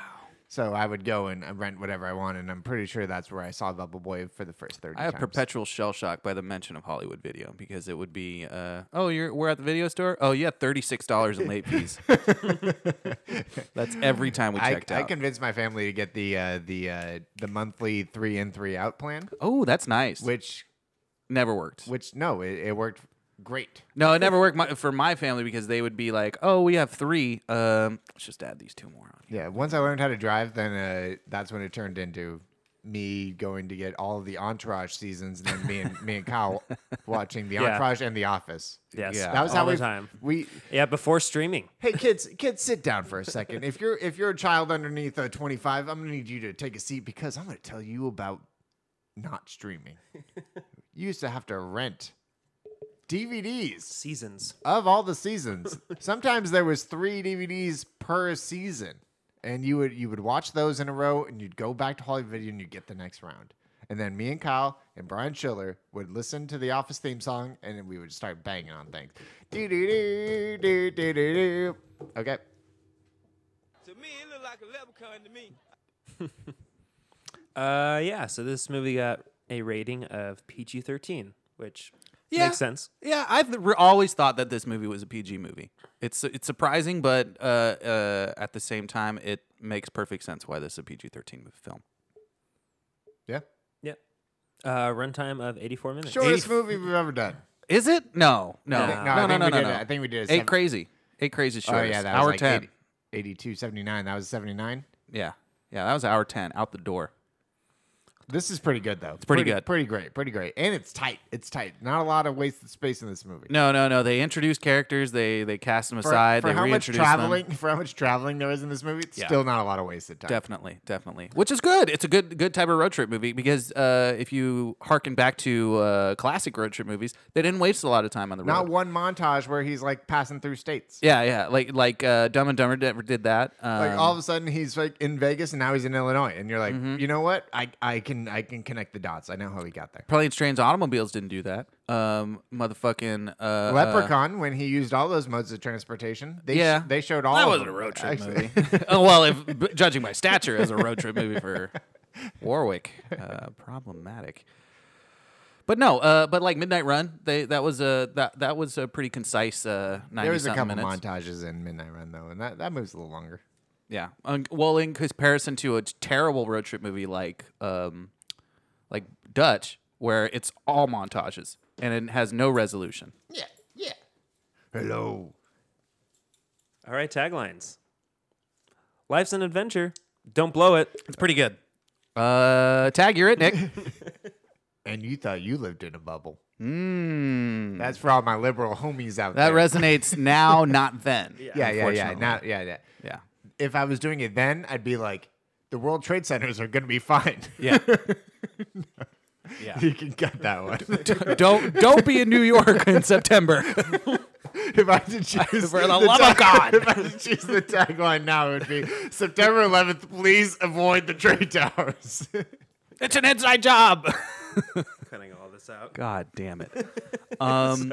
[SPEAKER 2] So I would go and uh, rent whatever I wanted. And I'm pretty sure that's where I saw Bubble Boy for the first thirty.
[SPEAKER 1] I have
[SPEAKER 2] times.
[SPEAKER 1] perpetual shell shock by the mention of Hollywood Video because it would be, uh, "Oh, you're we're at the video store. Oh, yeah, thirty six dollars in late fees." That's every time we
[SPEAKER 2] I,
[SPEAKER 1] checked
[SPEAKER 2] I
[SPEAKER 1] out.
[SPEAKER 2] convinced my family to get the uh, the uh, the monthly three in three out plan,
[SPEAKER 1] Oh, that's nice.
[SPEAKER 2] which
[SPEAKER 1] never worked.
[SPEAKER 2] which no, it, it worked great.
[SPEAKER 1] No, it never worked my, for my family because they would be like, "Oh, we have three. Um, let's just add these two more on."
[SPEAKER 2] Yeah, once I learned how to drive, then uh, that's when it turned into me going to get all the Entourage seasons, and then me and me and Kyle watching the
[SPEAKER 3] Yeah.
[SPEAKER 2] Entourage and The Office.
[SPEAKER 3] Yes,
[SPEAKER 2] that was
[SPEAKER 3] all
[SPEAKER 2] how
[SPEAKER 3] the
[SPEAKER 2] we
[SPEAKER 3] time.
[SPEAKER 2] we.
[SPEAKER 3] yeah, before streaming.
[SPEAKER 2] Hey kids, kids, sit down for a second. If you're if you're a child underneath uh, 25, I'm gonna need you to take a seat because I'm gonna tell you about not streaming. you used to have to rent DVDs
[SPEAKER 3] Seasons.
[SPEAKER 2] of all the seasons. Sometimes there was three DVDs per season, and you would you would watch those in a row, and you'd go back to Hollywood Video and you'd get the next round. And then me and Kyle and Brian Schiller would listen to the Office theme song, and then we would start banging on things. Do do do do do do do. Okay.
[SPEAKER 3] Uh, yeah. So this movie got a rating of PG thirteen, which
[SPEAKER 1] Yeah.
[SPEAKER 3] makes sense.
[SPEAKER 1] Yeah, I've re- always thought that this movie was a PG movie. It's it's surprising, but uh, uh, at the same time, it makes perfect sense why this is a PG thirteen film.
[SPEAKER 2] Yeah.
[SPEAKER 3] Yep. Uh, runtime of eighty four minutes.
[SPEAKER 2] Shortest movie we've ever done.
[SPEAKER 1] Is it? No, no,
[SPEAKER 2] I think- no,
[SPEAKER 1] no, no,
[SPEAKER 2] I think
[SPEAKER 1] no,
[SPEAKER 2] we
[SPEAKER 1] no,
[SPEAKER 2] did
[SPEAKER 1] no.
[SPEAKER 2] it. I think we did it
[SPEAKER 1] eight
[SPEAKER 2] seven-
[SPEAKER 1] crazy, eight crazy
[SPEAKER 2] Oh
[SPEAKER 1] shorts.
[SPEAKER 2] yeah, that
[SPEAKER 1] hour
[SPEAKER 2] was like
[SPEAKER 1] ten.
[SPEAKER 2] 80, 82, 79. That was 79.
[SPEAKER 1] Yeah, yeah, that was hour ten out the door.
[SPEAKER 2] This is pretty good though. It's
[SPEAKER 1] pretty good.
[SPEAKER 2] Pretty great. Pretty great. And it's tight. It's tight. Not a lot of wasted space in this movie.
[SPEAKER 1] No, no, no. They introduce characters. They they cast them
[SPEAKER 2] For,
[SPEAKER 1] aside.
[SPEAKER 2] for
[SPEAKER 1] they
[SPEAKER 2] how much
[SPEAKER 1] reintroduce
[SPEAKER 2] traveling,
[SPEAKER 1] them.
[SPEAKER 2] for how much traveling there is in this movie, it's
[SPEAKER 1] Yeah.
[SPEAKER 2] still not a lot of wasted time.
[SPEAKER 1] Definitely, definitely. Which is good. It's a good good type of road trip movie because uh, if you harken back to uh, classic road trip movies, they didn't waste a lot of time on the road.
[SPEAKER 2] Not one montage where he's like passing through states.
[SPEAKER 1] yeah, yeah. Like like uh, Dumb and Dumber did, did that. Um,
[SPEAKER 2] Like all of a sudden he's like in Vegas and now he's in Illinois and you're like,
[SPEAKER 1] Mm-hmm.
[SPEAKER 2] you know what? I, I can I can connect the dots. I know how he got there.
[SPEAKER 1] planes, trains, automobiles didn't do that. Um, motherfucking uh, uh,
[SPEAKER 2] Leprechaun when he used all those modes of transportation. They sh-
[SPEAKER 1] Yeah.
[SPEAKER 2] they showed all.
[SPEAKER 1] that
[SPEAKER 2] of
[SPEAKER 1] wasn't a
[SPEAKER 2] them,
[SPEAKER 1] road trip
[SPEAKER 2] actually.
[SPEAKER 1] movie. oh, well, if b- judging by stature, as a road trip movie for Warwick, uh, problematic. But no, uh, but like Midnight Run, they that was a that that was a pretty concise uh, ninety
[SPEAKER 2] There was a
[SPEAKER 1] something
[SPEAKER 2] couple
[SPEAKER 1] minutes.
[SPEAKER 2] montages in Midnight Run though, and that, that moves a little longer.
[SPEAKER 1] Yeah. Um, well, in comparison to a terrible road trip movie like um, like Dutch, where it's all montages and it has no resolution.
[SPEAKER 2] Hello.
[SPEAKER 3] All right, taglines. Life's an adventure. Don't blow it.
[SPEAKER 1] It's pretty good. Uh, tag, you're it, Nick.
[SPEAKER 2] And you thought you lived in a bubble. Mm. That's for all my liberal homies out
[SPEAKER 1] Hmm. That
[SPEAKER 2] there.
[SPEAKER 1] resonates now, not then.
[SPEAKER 2] yeah, yeah, yeah.
[SPEAKER 1] unfortunately.
[SPEAKER 2] Not, yeah, yeah.
[SPEAKER 1] Yeah.
[SPEAKER 2] If I was doing it then, I'd be like, the World Trade Centers are going to be fine.
[SPEAKER 1] Yeah.
[SPEAKER 2] you can cut that one.
[SPEAKER 1] don't don't be in New York in September.
[SPEAKER 2] if I had to choose
[SPEAKER 1] For the love of
[SPEAKER 2] tag- if I had to choose the tagline now, it would be September 11th. Please avoid the trade towers.
[SPEAKER 1] it's an inside job.
[SPEAKER 3] Cutting all this out.
[SPEAKER 1] God damn it. Um,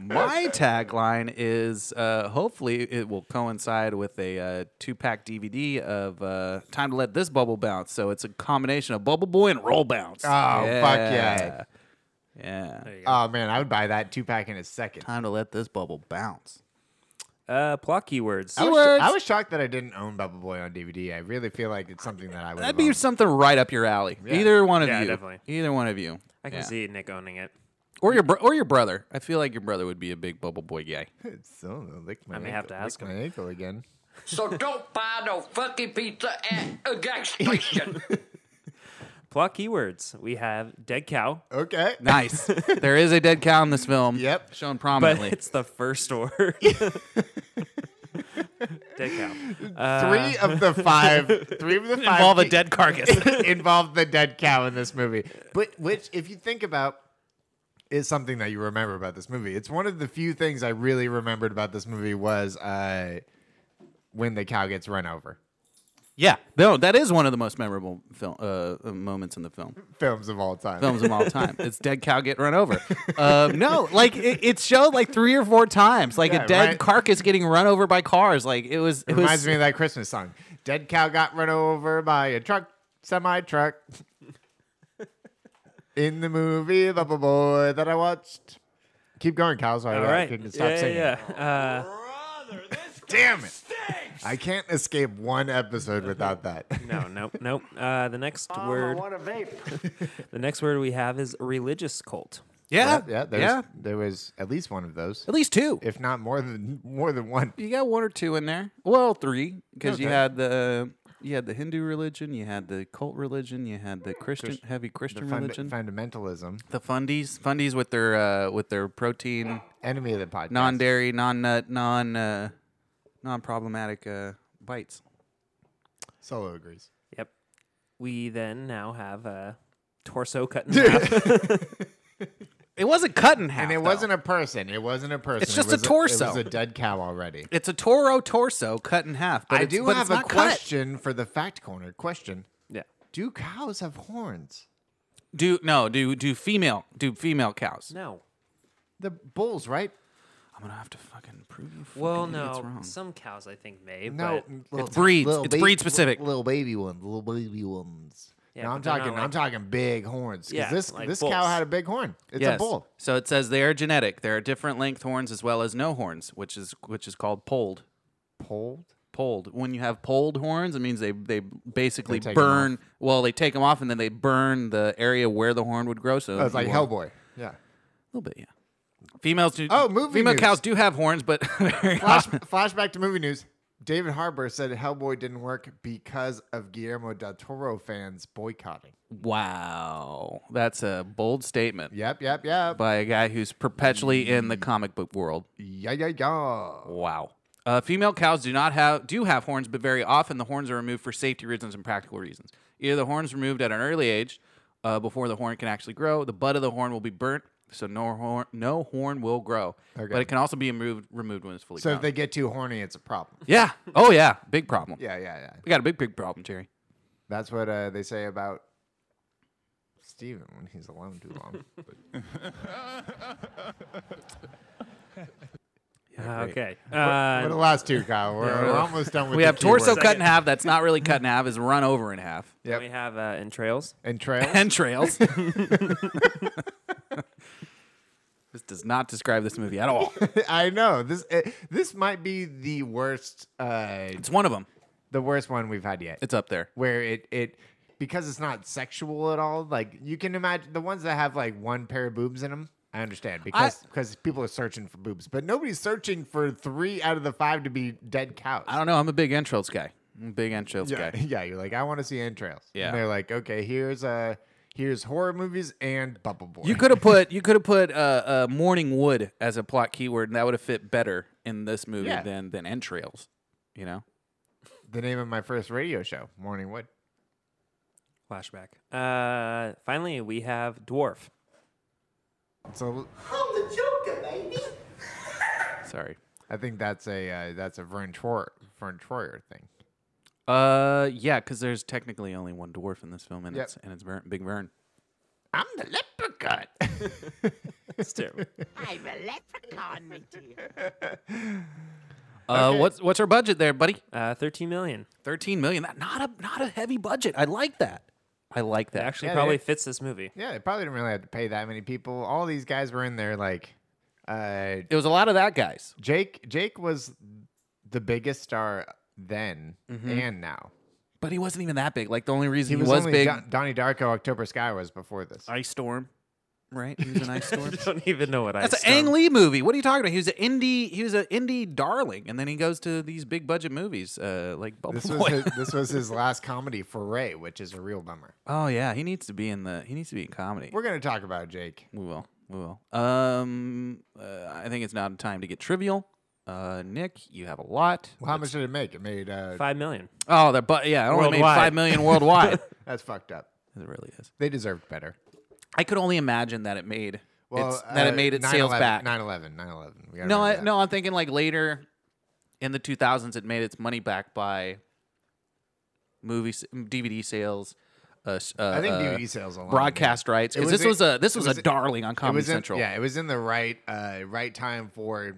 [SPEAKER 1] my tagline is uh, hopefully it will coincide with a uh, two pack DVD of uh, Time to Let This Bubble Bounce. So it's a combination of Bubble Boy and Roll Bounce.
[SPEAKER 2] Oh, fuck yeah.
[SPEAKER 1] Yeah.
[SPEAKER 2] oh man, I would buy that two pack in a second.
[SPEAKER 1] Time to Let This Bubble Bounce.
[SPEAKER 3] Uh, plot keywords.
[SPEAKER 2] I was, I was shocked that I didn't own Bubble Boy on DVD. I really feel like it's something that I would.
[SPEAKER 1] That'd be something right up your alley. Either one of
[SPEAKER 3] Yeah,
[SPEAKER 1] you.
[SPEAKER 3] definitely.
[SPEAKER 1] Either one of you.
[SPEAKER 3] I can
[SPEAKER 1] Yeah.
[SPEAKER 3] see Nick owning it.
[SPEAKER 1] Or your bro- or your brother. I feel like your brother would be a big Bubble Boy guy.
[SPEAKER 2] So lick my
[SPEAKER 3] I may have to
[SPEAKER 2] ankle- lick
[SPEAKER 3] ask him.
[SPEAKER 2] my ankle again.
[SPEAKER 8] So don't buy no fucking pizza at a gas station.
[SPEAKER 3] Plot keywords. We have dead cow,
[SPEAKER 2] Okay.
[SPEAKER 1] Nice. there is a dead cow in this film.
[SPEAKER 2] Yep.
[SPEAKER 1] Shown
[SPEAKER 3] but
[SPEAKER 1] prominently.
[SPEAKER 3] it's the first word. dead cow. Uh,
[SPEAKER 2] three of the five, three of the five
[SPEAKER 1] Involve a
[SPEAKER 2] pe-
[SPEAKER 1] dead carcass.
[SPEAKER 2] involved the dead cow in this movie. But which, if you think about, is something that you remember about this movie. It's one of the few things I really remembered about this movie was uh, when the cow gets run over.
[SPEAKER 1] yeah. No, that is one of the most memorable film uh, uh, moments in the film.
[SPEAKER 2] Films of all time.
[SPEAKER 1] Films of all time. It's dead cow get run over. Um, no, like it, it showed like three or four times, like
[SPEAKER 2] Yeah,
[SPEAKER 1] a dead
[SPEAKER 2] right.
[SPEAKER 1] carcass getting run over by cars. Like it was. It,
[SPEAKER 2] It reminds
[SPEAKER 1] was,
[SPEAKER 2] me of that Christmas song. Dead cow got run over by a truck, semi truck. In the movie Bubble Boy that I watched. Keep going, cow. Sorry,
[SPEAKER 3] All
[SPEAKER 2] I
[SPEAKER 3] right.
[SPEAKER 2] couldn't stop
[SPEAKER 3] yeah,
[SPEAKER 2] singing.
[SPEAKER 3] yeah. yeah.
[SPEAKER 2] Damn it! I can't escape one episode without that.
[SPEAKER 3] Uh, no, no, no. Uh, the next word. the next word we have is religious cult.
[SPEAKER 1] Yeah.
[SPEAKER 2] yeah, there
[SPEAKER 1] yeah.
[SPEAKER 2] Was, there was at least one of those,
[SPEAKER 1] At least two.
[SPEAKER 2] if not more than more than one.
[SPEAKER 1] you got one or two in there. Well, three because you
[SPEAKER 2] Okay.
[SPEAKER 1] had the. You had the Hindu religion, you had the cult religion, you had the Christian heavy
[SPEAKER 2] The
[SPEAKER 1] Christian
[SPEAKER 2] fund-
[SPEAKER 1] religion,
[SPEAKER 2] fundamentalism,
[SPEAKER 1] the fundies, fundies with their uh, with their protein
[SPEAKER 2] enemy of the podcast.
[SPEAKER 1] non dairy, non nut, non uh, non problematic uh, bites.
[SPEAKER 2] Solo agrees.
[SPEAKER 3] Yep. We then now have a torso cut in half.
[SPEAKER 1] It wasn't cut in half,
[SPEAKER 2] And it wasn't a person. It wasn't a person.
[SPEAKER 1] It's
[SPEAKER 2] It
[SPEAKER 1] just a
[SPEAKER 2] was It
[SPEAKER 1] torso.
[SPEAKER 2] was a dead cow already.
[SPEAKER 1] It's a Toro torso cut in half. But
[SPEAKER 2] I
[SPEAKER 1] it's-
[SPEAKER 2] do
[SPEAKER 1] but
[SPEAKER 2] have
[SPEAKER 1] it's
[SPEAKER 2] a
[SPEAKER 1] not cut.
[SPEAKER 2] question for the fact corner. Question:
[SPEAKER 3] yeah.
[SPEAKER 2] Do cows have horns?
[SPEAKER 1] Do no, do do female, do female cows?
[SPEAKER 3] No.
[SPEAKER 2] The bulls, right?
[SPEAKER 1] I'm gonna have to fucking prove you. fucking
[SPEAKER 3] Well,
[SPEAKER 1] idiots
[SPEAKER 3] no.
[SPEAKER 1] wrong.
[SPEAKER 3] Some cows, I think, may.
[SPEAKER 2] No, Mm,
[SPEAKER 3] But
[SPEAKER 2] little-
[SPEAKER 1] It's breeds.
[SPEAKER 2] little
[SPEAKER 1] It's breed
[SPEAKER 2] ba- li-
[SPEAKER 1] specific.
[SPEAKER 2] Little baby ones. Little baby ones.
[SPEAKER 3] Yeah,
[SPEAKER 2] no, I'm
[SPEAKER 3] but they're not
[SPEAKER 2] talking. I'm
[SPEAKER 3] like-
[SPEAKER 2] talking big horns. 'cause
[SPEAKER 3] Yeah,
[SPEAKER 2] this
[SPEAKER 3] like
[SPEAKER 2] this cow
[SPEAKER 3] bulls.
[SPEAKER 2] had a big horn. It's a
[SPEAKER 1] Yes.
[SPEAKER 2] bull.
[SPEAKER 1] So it says they are genetic. There are different length horns as well as no horns, which is which is called polled.
[SPEAKER 2] Polled.
[SPEAKER 1] Polled. When you have polled horns, it means they they basically
[SPEAKER 2] They take 'em
[SPEAKER 1] burn. Well, they take them off and then they burn the area where the horn would grow. So
[SPEAKER 2] It's
[SPEAKER 1] if you want-
[SPEAKER 2] like Hellboy. Yeah.
[SPEAKER 1] A little bit, yeah. Females do.
[SPEAKER 2] Oh, movie
[SPEAKER 1] Female
[SPEAKER 2] news.
[SPEAKER 1] cows do have horns, but very
[SPEAKER 2] Flash,
[SPEAKER 1] often-
[SPEAKER 2] flashback to movie news. David Harbour said Hellboy didn't work because of Guillermo del Toro fans boycotting.
[SPEAKER 1] Wow, that's a bold statement
[SPEAKER 2] Yep, yep, yep.
[SPEAKER 1] by a guy who's perpetually in the comic book world.
[SPEAKER 2] yeah, yeah, yeah.
[SPEAKER 1] Wow. Uh, female cows do not have do have horns, but very often the horns are removed for safety reasons and practical reasons. Either the horn's removed at an early age, uh, before the horn can actually grow. The butt of the horn will be burnt, so no horn no horn will grow.
[SPEAKER 2] Okay.
[SPEAKER 1] But it can also be removed removed when it's fully
[SPEAKER 2] So
[SPEAKER 1] grown.
[SPEAKER 2] if they get too horny, it's a problem.
[SPEAKER 1] yeah. Oh yeah. Big problem.
[SPEAKER 2] Yeah, yeah, yeah.
[SPEAKER 1] We got a big big problem, Jerry.
[SPEAKER 2] That's what uh, they say about Steven when he's alone too long.
[SPEAKER 3] Uh, okay.
[SPEAKER 2] But the
[SPEAKER 3] Uh,
[SPEAKER 2] last two, Kyle. We're, we're almost done with
[SPEAKER 1] We
[SPEAKER 2] the
[SPEAKER 1] have torso
[SPEAKER 2] keywords.
[SPEAKER 1] cut in half. That's not really cut in half. Is run over in half.
[SPEAKER 3] then we have uh, entrails.
[SPEAKER 2] and trail.
[SPEAKER 1] Entrails. this does not describe this movie at all.
[SPEAKER 2] I know this. Uh, this might be the worst, uh,
[SPEAKER 1] It's one of them.
[SPEAKER 2] the worst one we've had yet.
[SPEAKER 1] It's up there.
[SPEAKER 2] where it it because it's not sexual at all. Like you can imagine the ones that have like one pair of boobs in them. I understand because because people are searching for boobs, but nobody's searching for three out of the five to be dead cows.
[SPEAKER 1] I don't know. I'm a big entrails guy. I'm a big entrails
[SPEAKER 2] yeah,
[SPEAKER 1] guy.
[SPEAKER 2] yeah. You're like, I want to see entrails.
[SPEAKER 1] Yeah.
[SPEAKER 2] and they're like, okay, here's uh here's horror movies and Bubble Boy.
[SPEAKER 1] You could have put you could have put uh, uh, morning wood as a plot keyword, and that would have fit better in this movie
[SPEAKER 2] Yeah.
[SPEAKER 1] than than entrails. You know,
[SPEAKER 2] the name of my first radio show, Morning Wood.
[SPEAKER 3] Flashback. Uh, finally, we have dwarf.
[SPEAKER 2] So
[SPEAKER 1] sorry.
[SPEAKER 2] I think that's a uh, that's a Vern Troyer Vern Troyer thing.
[SPEAKER 1] Uh, yeah, because there's technically only one dwarf in this film, and
[SPEAKER 2] Yep.
[SPEAKER 1] it's and it's Vern, Big Vern.
[SPEAKER 2] I'm the leprechaun.
[SPEAKER 3] It's terrible.
[SPEAKER 10] I'm a leprechaun, my dear.
[SPEAKER 1] Uh, what's what's our budget there, buddy?
[SPEAKER 3] Uh, Thirteen million.
[SPEAKER 1] Thirteen million. That not a not a heavy budget. I like that. I like
[SPEAKER 3] It
[SPEAKER 1] that.
[SPEAKER 3] actually
[SPEAKER 2] Yeah,
[SPEAKER 3] probably
[SPEAKER 2] dude.
[SPEAKER 3] fits this movie.
[SPEAKER 2] yeah, they probably didn't really have to pay that many people. All these guys were in there. Like, uh,
[SPEAKER 1] It was a lot of that guys.
[SPEAKER 2] Jake Jake was the biggest star then and now.
[SPEAKER 1] But he wasn't even that big. Like the only reason
[SPEAKER 2] He
[SPEAKER 1] Mm-hmm. he
[SPEAKER 2] was,
[SPEAKER 1] was,
[SPEAKER 2] only
[SPEAKER 1] big,
[SPEAKER 2] Don- Donnie Darko. October Sky was before this.
[SPEAKER 1] Ice Storm, right? He was an Ice Storm.
[SPEAKER 3] I don't even know what I.
[SPEAKER 1] That's an Ang Lee movie. What are you talking about? He was an indie. He was an indie darling, and then he goes to these big budget movies, uh, like Bubble
[SPEAKER 2] this was
[SPEAKER 1] Boy.
[SPEAKER 2] his, this was his last comedy foray, which is a real bummer.
[SPEAKER 1] oh yeah, he needs to be in the. He needs to be in comedy.
[SPEAKER 2] We're gonna talk about Jake.
[SPEAKER 1] We will. We will. Um, uh, I think it's now time to get trivial. Uh, Nick, you have a lot.
[SPEAKER 2] Well, how much did it make? It made uh,
[SPEAKER 3] Five million.
[SPEAKER 1] Oh, the but yeah, it only made
[SPEAKER 3] Worldwide.
[SPEAKER 1] five million worldwide.
[SPEAKER 2] that's fucked up.
[SPEAKER 1] it really is.
[SPEAKER 2] They deserved better.
[SPEAKER 1] I could only imagine that it made.
[SPEAKER 2] Well, uh,
[SPEAKER 1] it's, that it made its sales back.
[SPEAKER 2] 9 11. 9 11.
[SPEAKER 1] No, I, no, I'm thinking like later in the 2000s, it made its money back by movie s- DVD sales. Uh, s- uh,
[SPEAKER 2] I think
[SPEAKER 1] uh,
[SPEAKER 2] DVD sales alone.
[SPEAKER 1] broadcast rights.
[SPEAKER 2] It
[SPEAKER 1] Because
[SPEAKER 2] was
[SPEAKER 1] this
[SPEAKER 2] in-
[SPEAKER 1] was a this
[SPEAKER 2] it
[SPEAKER 1] was,
[SPEAKER 2] was
[SPEAKER 1] a
[SPEAKER 2] in-
[SPEAKER 1] darling on
[SPEAKER 2] It
[SPEAKER 1] Comedy
[SPEAKER 2] was in,
[SPEAKER 1] Central.
[SPEAKER 2] Yeah, it was in the right uh, right time for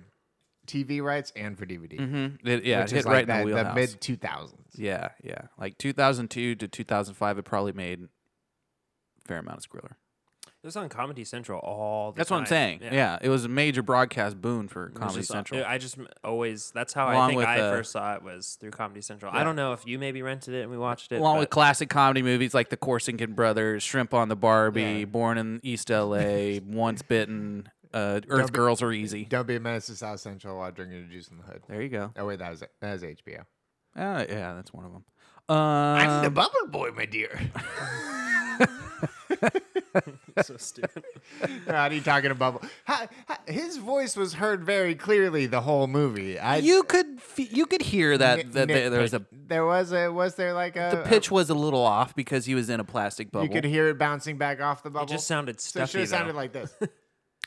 [SPEAKER 2] TV rights and for DVD.
[SPEAKER 1] Mhm. It- yeah, it
[SPEAKER 2] Which
[SPEAKER 1] hit
[SPEAKER 2] is like
[SPEAKER 1] right
[SPEAKER 2] that,
[SPEAKER 1] in the
[SPEAKER 2] the,
[SPEAKER 1] wheelhouse.
[SPEAKER 2] mid 2000s.
[SPEAKER 1] yeah, yeah, like 2002 to 2005, it probably made a fair amount of Skriller.
[SPEAKER 3] It was on Comedy Central all the
[SPEAKER 1] That's
[SPEAKER 3] time.
[SPEAKER 1] what I'm saying. Yeah. it was a major broadcast boon for
[SPEAKER 3] It was
[SPEAKER 1] Comedy
[SPEAKER 3] just on-
[SPEAKER 1] Central.
[SPEAKER 3] uh, I just m- always. That's how I
[SPEAKER 1] Along
[SPEAKER 3] think
[SPEAKER 1] with,
[SPEAKER 3] I
[SPEAKER 1] uh,
[SPEAKER 3] first saw it was through Comedy Central. I don't know if you maybe rented it and we watched it.
[SPEAKER 1] Along
[SPEAKER 3] but
[SPEAKER 1] with classic comedy movies like The Corsican Brothers, Shrimp on the Barbie, Born in East LA, Once Bitten, uh, Earth
[SPEAKER 2] Dumb-
[SPEAKER 1] Girls Are Easy.
[SPEAKER 2] Don't be a menace to South Central while drinking your juice in the hood.
[SPEAKER 1] There you go.
[SPEAKER 2] Oh, wait, that was, that was HBO.
[SPEAKER 1] Uh, yeah, that's one of them. Um,
[SPEAKER 2] bubble boy, my dear.
[SPEAKER 3] so stupid.
[SPEAKER 2] How do you talking to bubble? Ha- ha- his voice was heard very clearly the whole movie. I,
[SPEAKER 1] you could fe- you could hear that that there, there was a
[SPEAKER 2] There was a. Was there like a.
[SPEAKER 1] the pitch was a little off because he was in a plastic
[SPEAKER 2] a-
[SPEAKER 1] bubble.
[SPEAKER 2] Uh, you could hear it bouncing back off the
[SPEAKER 3] It
[SPEAKER 2] bubble.
[SPEAKER 3] just sounded
[SPEAKER 2] so it
[SPEAKER 3] stuffy.
[SPEAKER 2] should have sounded
[SPEAKER 3] though.
[SPEAKER 2] like this.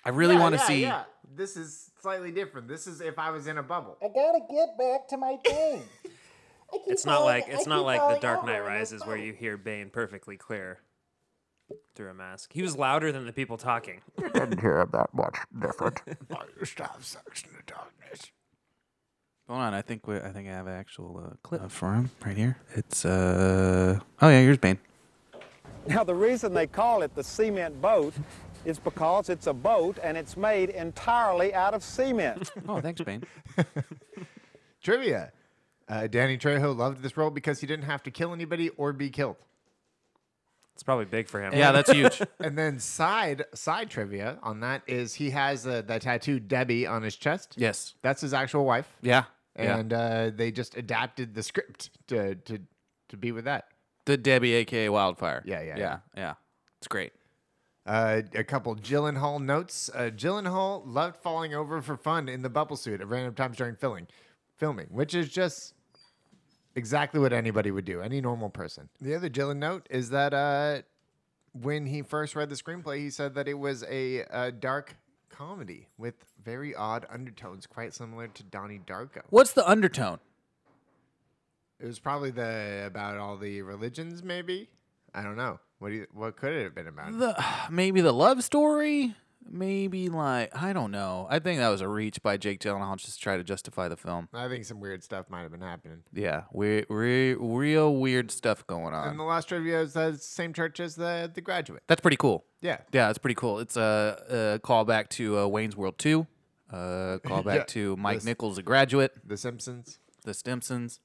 [SPEAKER 1] I really
[SPEAKER 2] Yeah,
[SPEAKER 1] want to
[SPEAKER 2] yeah,
[SPEAKER 1] see.
[SPEAKER 2] yeah. This is slightly different. This is if I was in a bubble.
[SPEAKER 10] I gotta get back to my thing. I keep
[SPEAKER 3] it's not
[SPEAKER 10] falling-
[SPEAKER 3] like
[SPEAKER 10] I
[SPEAKER 3] it's not
[SPEAKER 10] keep
[SPEAKER 3] like
[SPEAKER 10] falling
[SPEAKER 3] the Dark
[SPEAKER 10] over
[SPEAKER 3] Knight
[SPEAKER 10] and I
[SPEAKER 3] Rises where
[SPEAKER 10] fall.
[SPEAKER 3] you hear Bane perfectly clear through a mask. He was louder than the people talking.
[SPEAKER 2] Stop section of darkness.
[SPEAKER 1] Hold on, I think we, I think I have an actual uh, clip for him right here. It's uh oh yeah, here's Bane.
[SPEAKER 12] Now, the reason they call it the cement boat is because it's a boat and it's made entirely out of cement.
[SPEAKER 1] Oh, thanks, Bane.
[SPEAKER 2] Trivia. Uh, Danny Trejo loved this role because he didn't have to kill anybody or be killed.
[SPEAKER 3] It's probably big for him.
[SPEAKER 1] yeah, that's huge.
[SPEAKER 2] And then side side trivia on that is he has uh, the tattoo Debbie on his chest.
[SPEAKER 1] Yes.
[SPEAKER 2] That's his actual wife.
[SPEAKER 1] Yeah. Yeah.
[SPEAKER 2] and uh, they just adapted the script to to to be with that.
[SPEAKER 1] The Debbie, aka Wildfire.
[SPEAKER 2] Yeah, yeah,
[SPEAKER 1] yeah, yeah. It's great.
[SPEAKER 2] Uh, a couple Gyllenhaal notes. Uh, Gyllenhaal loved falling over for fun in the bubble suit at random times during filming, filming, which is just exactly what anybody would do, any normal person. The other Gyllen note is that uh, when he first read the screenplay, he said that it was a, uh dark comedy with very odd undertones, quite similar to Donnie Darko.
[SPEAKER 1] What's the undertone?
[SPEAKER 2] It was probably the about all the religions, maybe. I don't know. What do you, what could it have been about?
[SPEAKER 1] The maybe the love story. Maybe like I don't know. I think that was a reach by Jake Gyllenhaal just to try to justify the film.
[SPEAKER 2] I think some weird stuff might have been happening.
[SPEAKER 1] Yeah, we we real weird stuff going
[SPEAKER 2] and
[SPEAKER 1] on.
[SPEAKER 2] the last review is the same church as the the graduate.
[SPEAKER 1] That's pretty cool.
[SPEAKER 2] Yeah.
[SPEAKER 1] yeah, it's pretty cool. It's a, a callback to uh, Wayne's World Two, uh, callback
[SPEAKER 2] Yeah,
[SPEAKER 1] to Mike
[SPEAKER 2] this-
[SPEAKER 1] Nichols, a graduate,
[SPEAKER 2] The Simpsons.
[SPEAKER 1] The Stimsons.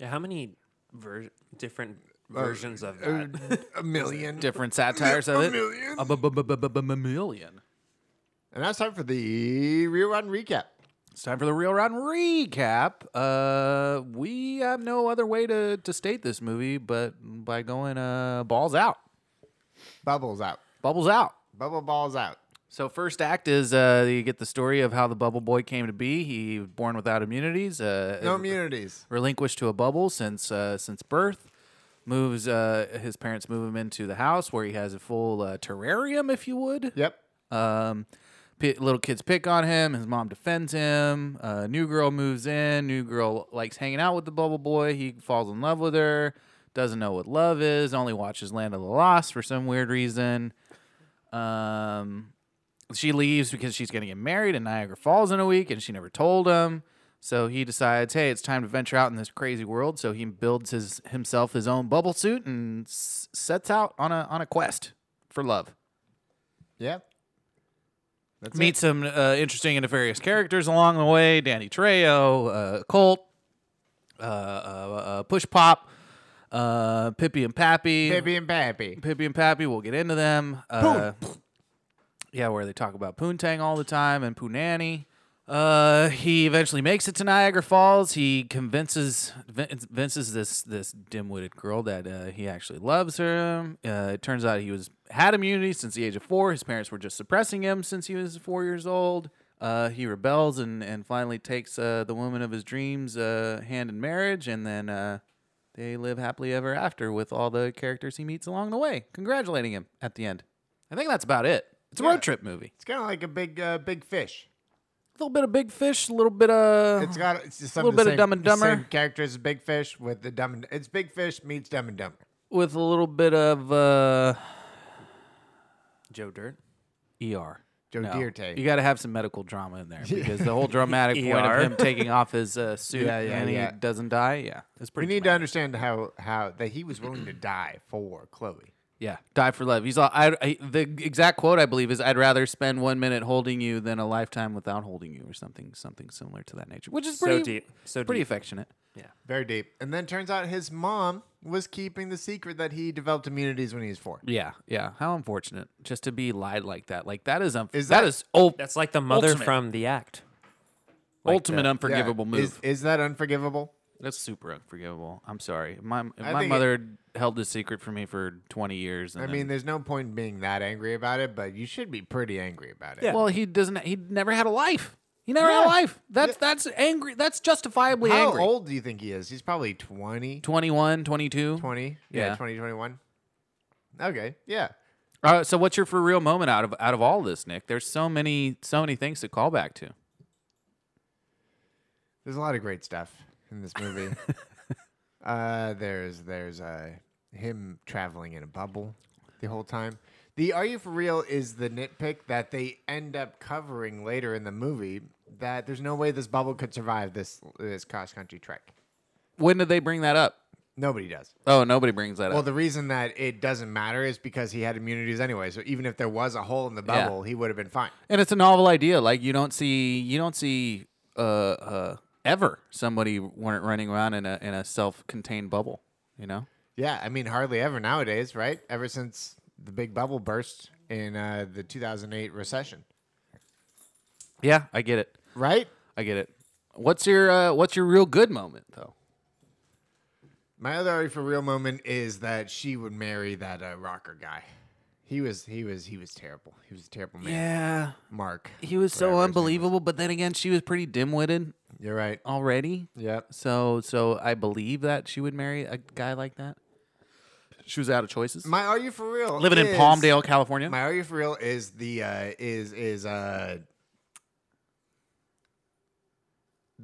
[SPEAKER 3] Yeah, how many ver- different
[SPEAKER 1] Oh,
[SPEAKER 3] versions of
[SPEAKER 2] Uh,
[SPEAKER 3] that?
[SPEAKER 2] a million.
[SPEAKER 1] Different satires of
[SPEAKER 2] A
[SPEAKER 1] it.
[SPEAKER 2] million.
[SPEAKER 1] A bu- bu- bu- bu- bu- bu- million.
[SPEAKER 2] And that's time for the rerun recap.
[SPEAKER 1] It's time for the Real Rotten recap. Uh, we have no other way to, to state this movie but by going uh, balls out,
[SPEAKER 2] Bubbles out.
[SPEAKER 1] bubbles out.
[SPEAKER 2] Bubble balls out.
[SPEAKER 1] So first act is uh, you get the story of how the bubble boy came to be. He was born without immunities. Uh,
[SPEAKER 2] No
[SPEAKER 1] is
[SPEAKER 2] immunities.
[SPEAKER 1] Relinquished to a bubble since uh, since birth. Moves uh, his parents move him into the house where he has a full uh, terrarium, if you would.
[SPEAKER 2] Yep.
[SPEAKER 1] Um, pi little kids pick on him. His mom defends him. Uh, new girl moves in. New girl likes hanging out with the bubble boy. He falls in love with her. Doesn't know what love is. Only watches Land of the Lost for some weird reason. Um, she leaves because she's going to get married in Niagara Falls in a week, and she never told him. So he decides, hey, it's time to venture out in this crazy world. So he builds his himself his own bubble suit and s- sets out on a on a quest for love
[SPEAKER 2] Yep. That's
[SPEAKER 1] meet some uh, interesting and nefarious characters along the way. Danny Trejo, uh, Colt, uh, uh, uh, Push Pop, uh, Pippi and Pappy.
[SPEAKER 2] it. Baby and Pappy.
[SPEAKER 1] Pippi and Pappy. We'll get into them. Uh, yeah, where they talk about Poontang all the time and Poonanny. Uh, he eventually makes it to Niagara Falls. He convinces vin- convinces this this dim-witted girl that uh, he actually loves her. Uh, it turns out he was had immunity since the age of four. His parents were just suppressing him since he was four years old. Uh, he rebels and and finally takes uh, the woman of his dreams uh, hand in marriage, and then uh, they live happily ever after with all the characters he meets along the way, congratulating him at the end. I think that's about it. It's a
[SPEAKER 2] Yeah.
[SPEAKER 1] road trip movie.
[SPEAKER 2] It's kind of like a big uh, big fish.
[SPEAKER 1] A little bit of Big Fish, a little bit of.
[SPEAKER 2] It's got it's just some
[SPEAKER 1] Little
[SPEAKER 2] the
[SPEAKER 1] bit of
[SPEAKER 2] same-
[SPEAKER 1] Dumb and
[SPEAKER 2] the
[SPEAKER 1] Dumber.
[SPEAKER 2] Same characters as Big Fish with the Dumb and It's Big Fish meets Dumb and Dumber.
[SPEAKER 1] with a little bit of uh,
[SPEAKER 3] Joe Dirt.
[SPEAKER 1] ER.
[SPEAKER 2] Joe
[SPEAKER 1] No.
[SPEAKER 2] Dierte.
[SPEAKER 1] You got to have some medical drama in there because the whole dramatic point of
[SPEAKER 3] ER.
[SPEAKER 1] him taking off his uh, suit
[SPEAKER 2] E Yeah, yeah,
[SPEAKER 1] and
[SPEAKER 2] yeah.
[SPEAKER 1] he doesn't die. Yeah, it's
[SPEAKER 2] we
[SPEAKER 1] pretty.
[SPEAKER 2] need to
[SPEAKER 1] dramatic.
[SPEAKER 2] understand how how that he was willing to die for Chloe.
[SPEAKER 1] Yeah, die for love. He's all. I, I, the exact quote I believe is, "I'd rather spend one minute holding you than a lifetime without holding you," or something, something similar to that nature, which is
[SPEAKER 3] So
[SPEAKER 1] pretty
[SPEAKER 3] deep. So
[SPEAKER 1] pretty
[SPEAKER 3] deep.
[SPEAKER 1] affectionate.
[SPEAKER 2] Very deep. And then turns out his mom was keeping the secret that he developed immunities when he was four.
[SPEAKER 1] Yeah, yeah. How unfortunate just to be lied like that. Like that is unf-
[SPEAKER 2] Is
[SPEAKER 1] that
[SPEAKER 2] that-
[SPEAKER 1] is ul-
[SPEAKER 3] That's like the mother
[SPEAKER 1] Ultimate.
[SPEAKER 3] from The Act.
[SPEAKER 1] ultimate
[SPEAKER 3] the-
[SPEAKER 1] unforgivable
[SPEAKER 2] Yeah.
[SPEAKER 1] move.
[SPEAKER 2] Is, is that unforgivable?
[SPEAKER 1] That's super unforgivable. I'm sorry. If My if
[SPEAKER 2] I
[SPEAKER 1] my
[SPEAKER 2] think it-
[SPEAKER 1] mother held this secret from me for 20 years. And
[SPEAKER 2] I
[SPEAKER 1] then-
[SPEAKER 2] mean, there's no point in being that angry about it, but you should be pretty angry about it.
[SPEAKER 1] well, he doesn't. He never had a life. He never had a
[SPEAKER 2] Yeah.
[SPEAKER 1] life. That's that's angry. That's justifiably
[SPEAKER 2] How
[SPEAKER 1] angry.
[SPEAKER 2] old do you think he is? He's probably 20,
[SPEAKER 1] 21, 22.
[SPEAKER 2] 20. Yeah,
[SPEAKER 1] Yeah.
[SPEAKER 2] 20, 21. Okay. Yeah.
[SPEAKER 1] Uh, so, what's your for real moment out of out of all this, Nick? There's so many so many things to call back to.
[SPEAKER 2] There's a lot of great stuff in this movie. uh, there's there's uh, him traveling in a bubble the whole time. The Are You For Real is the nitpick that they end up covering later in the movie that there's no way this bubble could survive this this cross country trek.
[SPEAKER 1] When did they bring that up?
[SPEAKER 2] Nobody does.
[SPEAKER 1] Oh, nobody brings that
[SPEAKER 2] Well,
[SPEAKER 1] up.
[SPEAKER 2] the reason that it doesn't matter is because he had immunities anyway. So even if there was a hole in the
[SPEAKER 1] Yeah.
[SPEAKER 2] bubble, he would have been fine.
[SPEAKER 1] and it's a novel idea. Like you don't see you don't see uh, uh, ever somebody weren't running around in a in a self contained bubble. You know.
[SPEAKER 2] Yeah, I mean, hardly ever nowadays, right? Ever since the big bubble burst in uh, the 2008 recession,
[SPEAKER 1] Yeah, I get it.
[SPEAKER 2] right?
[SPEAKER 1] I get it. What's your uh, What's your real good moment though?
[SPEAKER 2] My other Ari for real moment is that she would marry that uh, rocker guy. He was he was he was terrible. He was a terrible man.
[SPEAKER 1] Yeah.
[SPEAKER 2] Mark.
[SPEAKER 1] He was so unbelievable, but then again, she was pretty dim-witted.
[SPEAKER 2] You're right.
[SPEAKER 1] Oh. Already.
[SPEAKER 2] Yep.
[SPEAKER 1] So so I believe that she would marry a guy like that. She was out of choices.
[SPEAKER 2] My are you for real?
[SPEAKER 1] Living in
[SPEAKER 2] is-
[SPEAKER 1] Palmdale, California.
[SPEAKER 2] My are you for real is the uh is is uh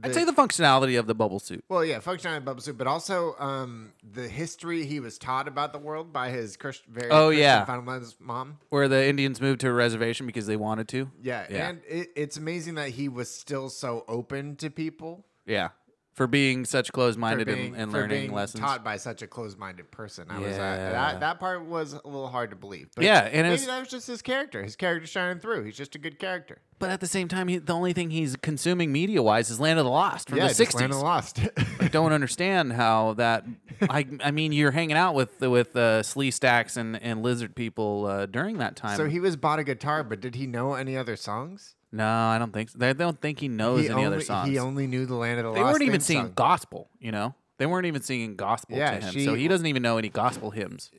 [SPEAKER 1] I'd say the functionality of the bubble suit.
[SPEAKER 2] well yeah, functionality of Bubba Soup, but also um the history he was taught about the world by his Christ, very
[SPEAKER 1] Oh,
[SPEAKER 2] Christian
[SPEAKER 1] yeah.
[SPEAKER 2] fundamentalist mom.
[SPEAKER 1] Where the Indians moved to a reservation because they wanted to.
[SPEAKER 2] Yeah,
[SPEAKER 1] Yeah.
[SPEAKER 2] and it, it's amazing that he was still so open to people.
[SPEAKER 1] yeah. For being such closed
[SPEAKER 2] for
[SPEAKER 1] minded
[SPEAKER 2] being-
[SPEAKER 1] and, and
[SPEAKER 2] for
[SPEAKER 1] learning
[SPEAKER 2] being
[SPEAKER 1] lessons.
[SPEAKER 2] taught by such a closed-minded person. I was uh,
[SPEAKER 1] Yeah.
[SPEAKER 2] that that part was a little hard to believe. But
[SPEAKER 1] Yeah, and
[SPEAKER 2] maybe
[SPEAKER 1] it's-
[SPEAKER 2] that was just his character. His character shining through. He's just a good character.
[SPEAKER 1] But at the same time, he, the only thing he's consuming media wise is Land of the Lost from
[SPEAKER 2] yeah,
[SPEAKER 1] the
[SPEAKER 2] just
[SPEAKER 1] sixties.
[SPEAKER 2] Land of the Lost.
[SPEAKER 1] I don't understand how that. I I mean, you're hanging out with with uh, Slee Stacks and and lizard people uh, during that time.
[SPEAKER 2] so he was bought a guitar, but did he know any other songs?
[SPEAKER 1] no, I don't think. So. I don't think he knows
[SPEAKER 2] he
[SPEAKER 1] any
[SPEAKER 2] only,
[SPEAKER 1] other songs.
[SPEAKER 2] He only knew the Land of the
[SPEAKER 1] they
[SPEAKER 2] Lost.
[SPEAKER 1] weren't even
[SPEAKER 2] theme
[SPEAKER 1] singing
[SPEAKER 2] song.
[SPEAKER 1] gospel. You know, they weren't even singing gospel
[SPEAKER 2] Yeah,
[SPEAKER 1] to him.
[SPEAKER 2] she-
[SPEAKER 1] so he doesn't even know any gospel hymns.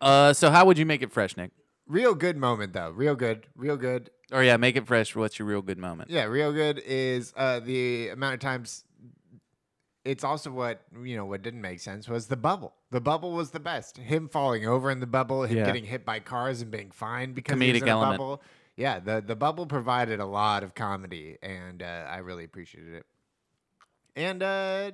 [SPEAKER 1] Uh, so how would you make it fresh, Nick?
[SPEAKER 2] Real good moment though. Real good. Real good.
[SPEAKER 1] Or yeah, make it fresh. What's your real good moment?
[SPEAKER 2] Yeah, real good is uh, the amount of times. It's also what you know. What didn't make sense was the bubble. The bubble was the best. Him falling over in the bubble, him
[SPEAKER 1] Yeah.
[SPEAKER 2] getting hit by cars and being fined because he was
[SPEAKER 1] comedic
[SPEAKER 2] in a
[SPEAKER 1] element.
[SPEAKER 2] bubble. Yeah, the the bubble provided a lot of comedy, and uh, I really appreciated it. And uh,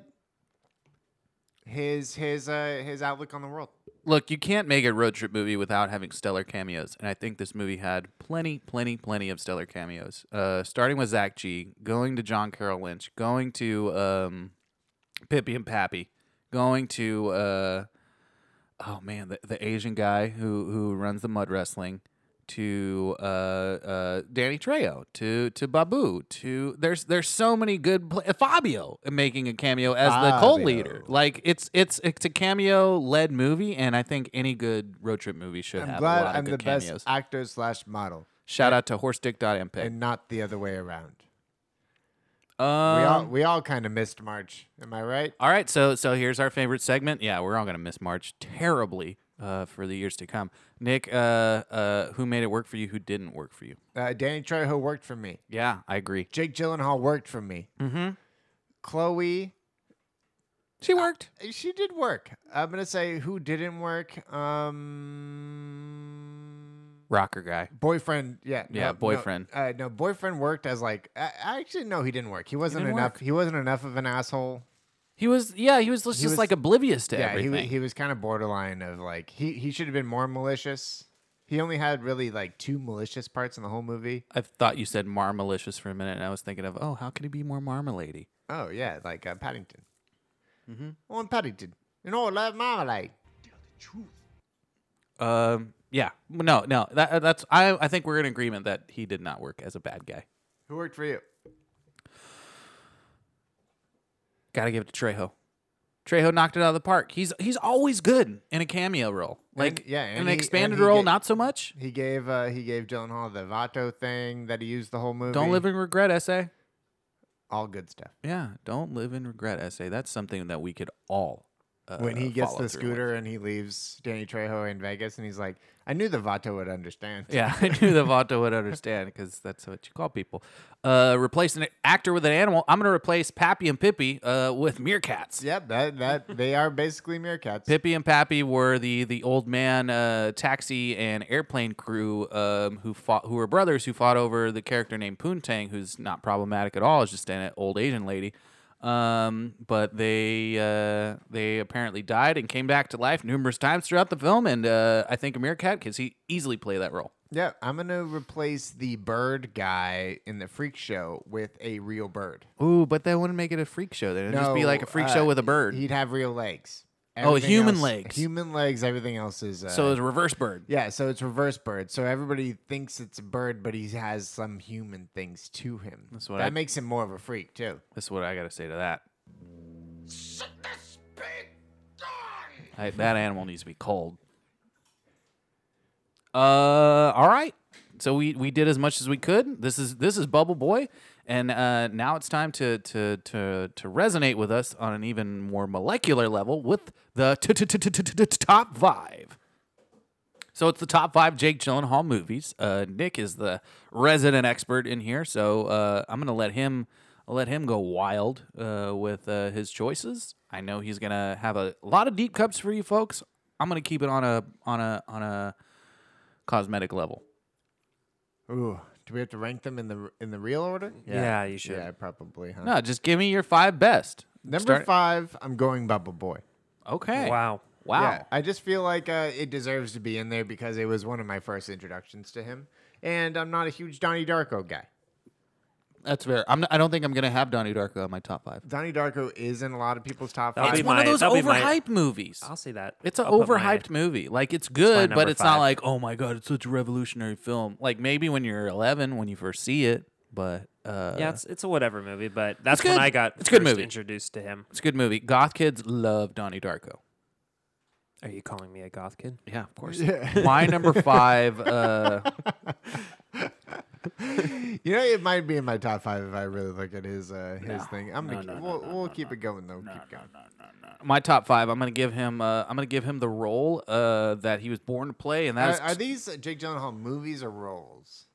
[SPEAKER 2] his his uh, his outlook on the world.
[SPEAKER 1] Look, you can't make a road trip movie without having stellar cameos, and I think this movie had plenty, plenty, plenty of stellar cameos. Uh, starting with Zach G, going to John Carroll Lynch, going to um, Pippi and Pappy, going to uh, oh man, the, the Asian guy who who runs the mud wrestling, to uh, uh, Danny Trejo, to to Babu, to there's there's so many good pla uh, Fabio making a cameo as the cult leader. Like it's it's it's a cameo led movie, and I think any good road trip movie should
[SPEAKER 2] I'm
[SPEAKER 1] have a
[SPEAKER 2] glad
[SPEAKER 1] lot of
[SPEAKER 2] I'm the
[SPEAKER 1] good cameos.
[SPEAKER 2] best actor slash model,
[SPEAKER 1] Shout out to horsedick.mp.
[SPEAKER 2] and not the other way around.
[SPEAKER 1] Um,
[SPEAKER 2] we all we all kind of missed March. Am I right?
[SPEAKER 1] All right, so so here's our favorite segment. Yeah, we're all gonna miss March terribly uh, for the years to come. Nick, uh, uh, who made it work for you? Who didn't work for you?
[SPEAKER 2] Uh, Danny Trejo worked for me.
[SPEAKER 1] Yeah, I agree.
[SPEAKER 2] Jake Gyllenhaal worked for me.
[SPEAKER 1] Mm-hmm.
[SPEAKER 2] Chloe, eh,
[SPEAKER 1] She worked.
[SPEAKER 2] she did work. I'm gonna say who didn't work. Um,
[SPEAKER 1] Uh, Rocker guy.
[SPEAKER 2] boyfriend. Yeah.
[SPEAKER 1] Yeah,
[SPEAKER 2] no,
[SPEAKER 1] boyfriend.
[SPEAKER 2] No, uh, no, boyfriend worked as like. I, I actually no, he didn't work. He wasn't
[SPEAKER 1] didn't
[SPEAKER 2] enough.
[SPEAKER 1] work.
[SPEAKER 2] He wasn't enough of an asshole.
[SPEAKER 1] He was. Yeah, he was just,
[SPEAKER 2] He
[SPEAKER 1] just
[SPEAKER 2] was-
[SPEAKER 1] like oblivious to
[SPEAKER 2] yeah,
[SPEAKER 1] everything.
[SPEAKER 2] he wa- he was kind of borderline of like he he should have been more malicious. He only had really like two malicious parts in the whole movie.
[SPEAKER 1] I thought you said marmalicious for a minute, and I was thinking of, oh, how could he be more marmalady?
[SPEAKER 2] Oh yeah, like uh, Paddington. Mm-hmm. Oh, and Paddington. You know, I love marmalade.
[SPEAKER 1] Um, yeah, no, no, that, that's I. I think we're in agreement that he did not work as a bad guy.
[SPEAKER 2] Who worked for you?
[SPEAKER 1] Gotta give it to Trejo. Trejo knocked it out of the park. He's he's always good in a cameo role, like
[SPEAKER 2] yeah, and
[SPEAKER 1] in
[SPEAKER 2] he-
[SPEAKER 1] an
[SPEAKER 2] and
[SPEAKER 1] expanded
[SPEAKER 2] he
[SPEAKER 1] role,
[SPEAKER 2] get-
[SPEAKER 1] not so much.
[SPEAKER 2] He gave uh, he gave Gyllenhaal the Vato thing that he used the whole movie.
[SPEAKER 1] Don't live in regret, essay.
[SPEAKER 2] all good stuff.
[SPEAKER 1] Yeah, don't live in regret, essay. That's something that we could all. Uh,
[SPEAKER 2] when he gets
[SPEAKER 1] follow
[SPEAKER 2] the
[SPEAKER 1] through with.
[SPEAKER 2] scooter and he leaves Danny Trejo in Vegas, and he's like, "I knew the Vato would understand."
[SPEAKER 1] Yeah, I knew the Vato would understand because that's what you call people. Uh, replace an actor with an animal. I'm going to replace Pappy and Pippi uh, with meerkats.
[SPEAKER 2] Yep, that that they are basically meerkats.
[SPEAKER 1] Pippi and Pappy were the the old man uh, taxi and airplane crew um, who fought, who were brothers who fought over the character named Poontang, who's not problematic at all. Is just an old Asian lady. Um, but they uh, they apparently died and came back to life numerous times throughout the film, and uh, I think a meerkat because he easily play that role.
[SPEAKER 2] Yeah, I'm gonna replace the bird guy in the freak show with a real bird.
[SPEAKER 1] Ooh, but that wouldn't make it a freak show. Then it'd just be
[SPEAKER 2] No,
[SPEAKER 1] like a freak
[SPEAKER 2] uh,
[SPEAKER 1] show with a bird.
[SPEAKER 2] He'd have real legs.
[SPEAKER 1] Oh, human
[SPEAKER 2] else-
[SPEAKER 1] legs.
[SPEAKER 2] Human legs. Everything else is uh,
[SPEAKER 1] so it's a reverse bird.
[SPEAKER 2] Yeah, so it's reverse bird. So everybody thinks it's a bird, but he has some human things to him. That's
[SPEAKER 1] what
[SPEAKER 2] that
[SPEAKER 1] I-
[SPEAKER 2] makes him more of a freak too.
[SPEAKER 1] That's what I got to say to that. I, that animal needs to be cold. Uh, all right. So we, we did as much as we could. This is this is Bubble Boy, and uh, now it's time to to to to resonate with us on an even more molecular level with the t- t- t- t- t- t- t- top five. So it's the top five Jake Gyllenhaal movies. Uh, Nick is the resident expert in here, so uh, I'm gonna let him I'll let him go wild uh, with uh, his choices. I know he's gonna have a lot of deep cups for you folks. I'm gonna keep it on a on a on a cosmetic level.
[SPEAKER 2] Ooh, do we have to rank them in the in the real order?
[SPEAKER 1] Yeah, you should.
[SPEAKER 2] Yeah, probably. Huh?
[SPEAKER 1] No, just give me your five best.
[SPEAKER 2] Number
[SPEAKER 1] Start-
[SPEAKER 2] five, I'm going Bubble Boy.
[SPEAKER 1] Okay.
[SPEAKER 3] Wow.
[SPEAKER 1] Wow.
[SPEAKER 2] Yeah, I just feel like uh, it deserves to be in there because it was one of my first introductions to him, and I'm not a huge Donnie Darko guy.
[SPEAKER 1] That's fair. I'm not, I don't think I'm gonna have Donnie Darko on my top five.
[SPEAKER 2] Donnie Darko is in a lot of people's top
[SPEAKER 3] That'll
[SPEAKER 2] five.
[SPEAKER 3] be
[SPEAKER 1] It's one of
[SPEAKER 3] my-
[SPEAKER 1] those
[SPEAKER 3] that'll be my-
[SPEAKER 1] overhyped movies.
[SPEAKER 3] I'll see that.
[SPEAKER 1] It's an
[SPEAKER 3] I'll put my-
[SPEAKER 1] overhyped movie. Like it's good, but
[SPEAKER 3] number
[SPEAKER 1] it's not
[SPEAKER 3] five.
[SPEAKER 1] like oh my god, it's such a revolutionary film. Like maybe when you're 11, when you first see it, but uh,
[SPEAKER 3] yeah, it's, it's a whatever movie, but that's when
[SPEAKER 1] good.
[SPEAKER 3] I got
[SPEAKER 1] It's a good
[SPEAKER 3] first
[SPEAKER 1] movie.
[SPEAKER 3] introduced to him.
[SPEAKER 1] it's a good movie. Goth kids love Donnie Darko.
[SPEAKER 3] Are you calling me a goth kid?
[SPEAKER 1] Yeah, of course. My number five. Uh,
[SPEAKER 2] you know, it might be in my top five if I really look at his uh, his thing. I'm gonna,
[SPEAKER 1] No, no,
[SPEAKER 2] we'll, we'll keep it going though. keep going.
[SPEAKER 1] my top five. I'm gonna give him. Uh, I'm gonna give him the role uh, that he was born to play, and that is
[SPEAKER 2] Are, are these uh, Jake Gyllenhaal movies or roles?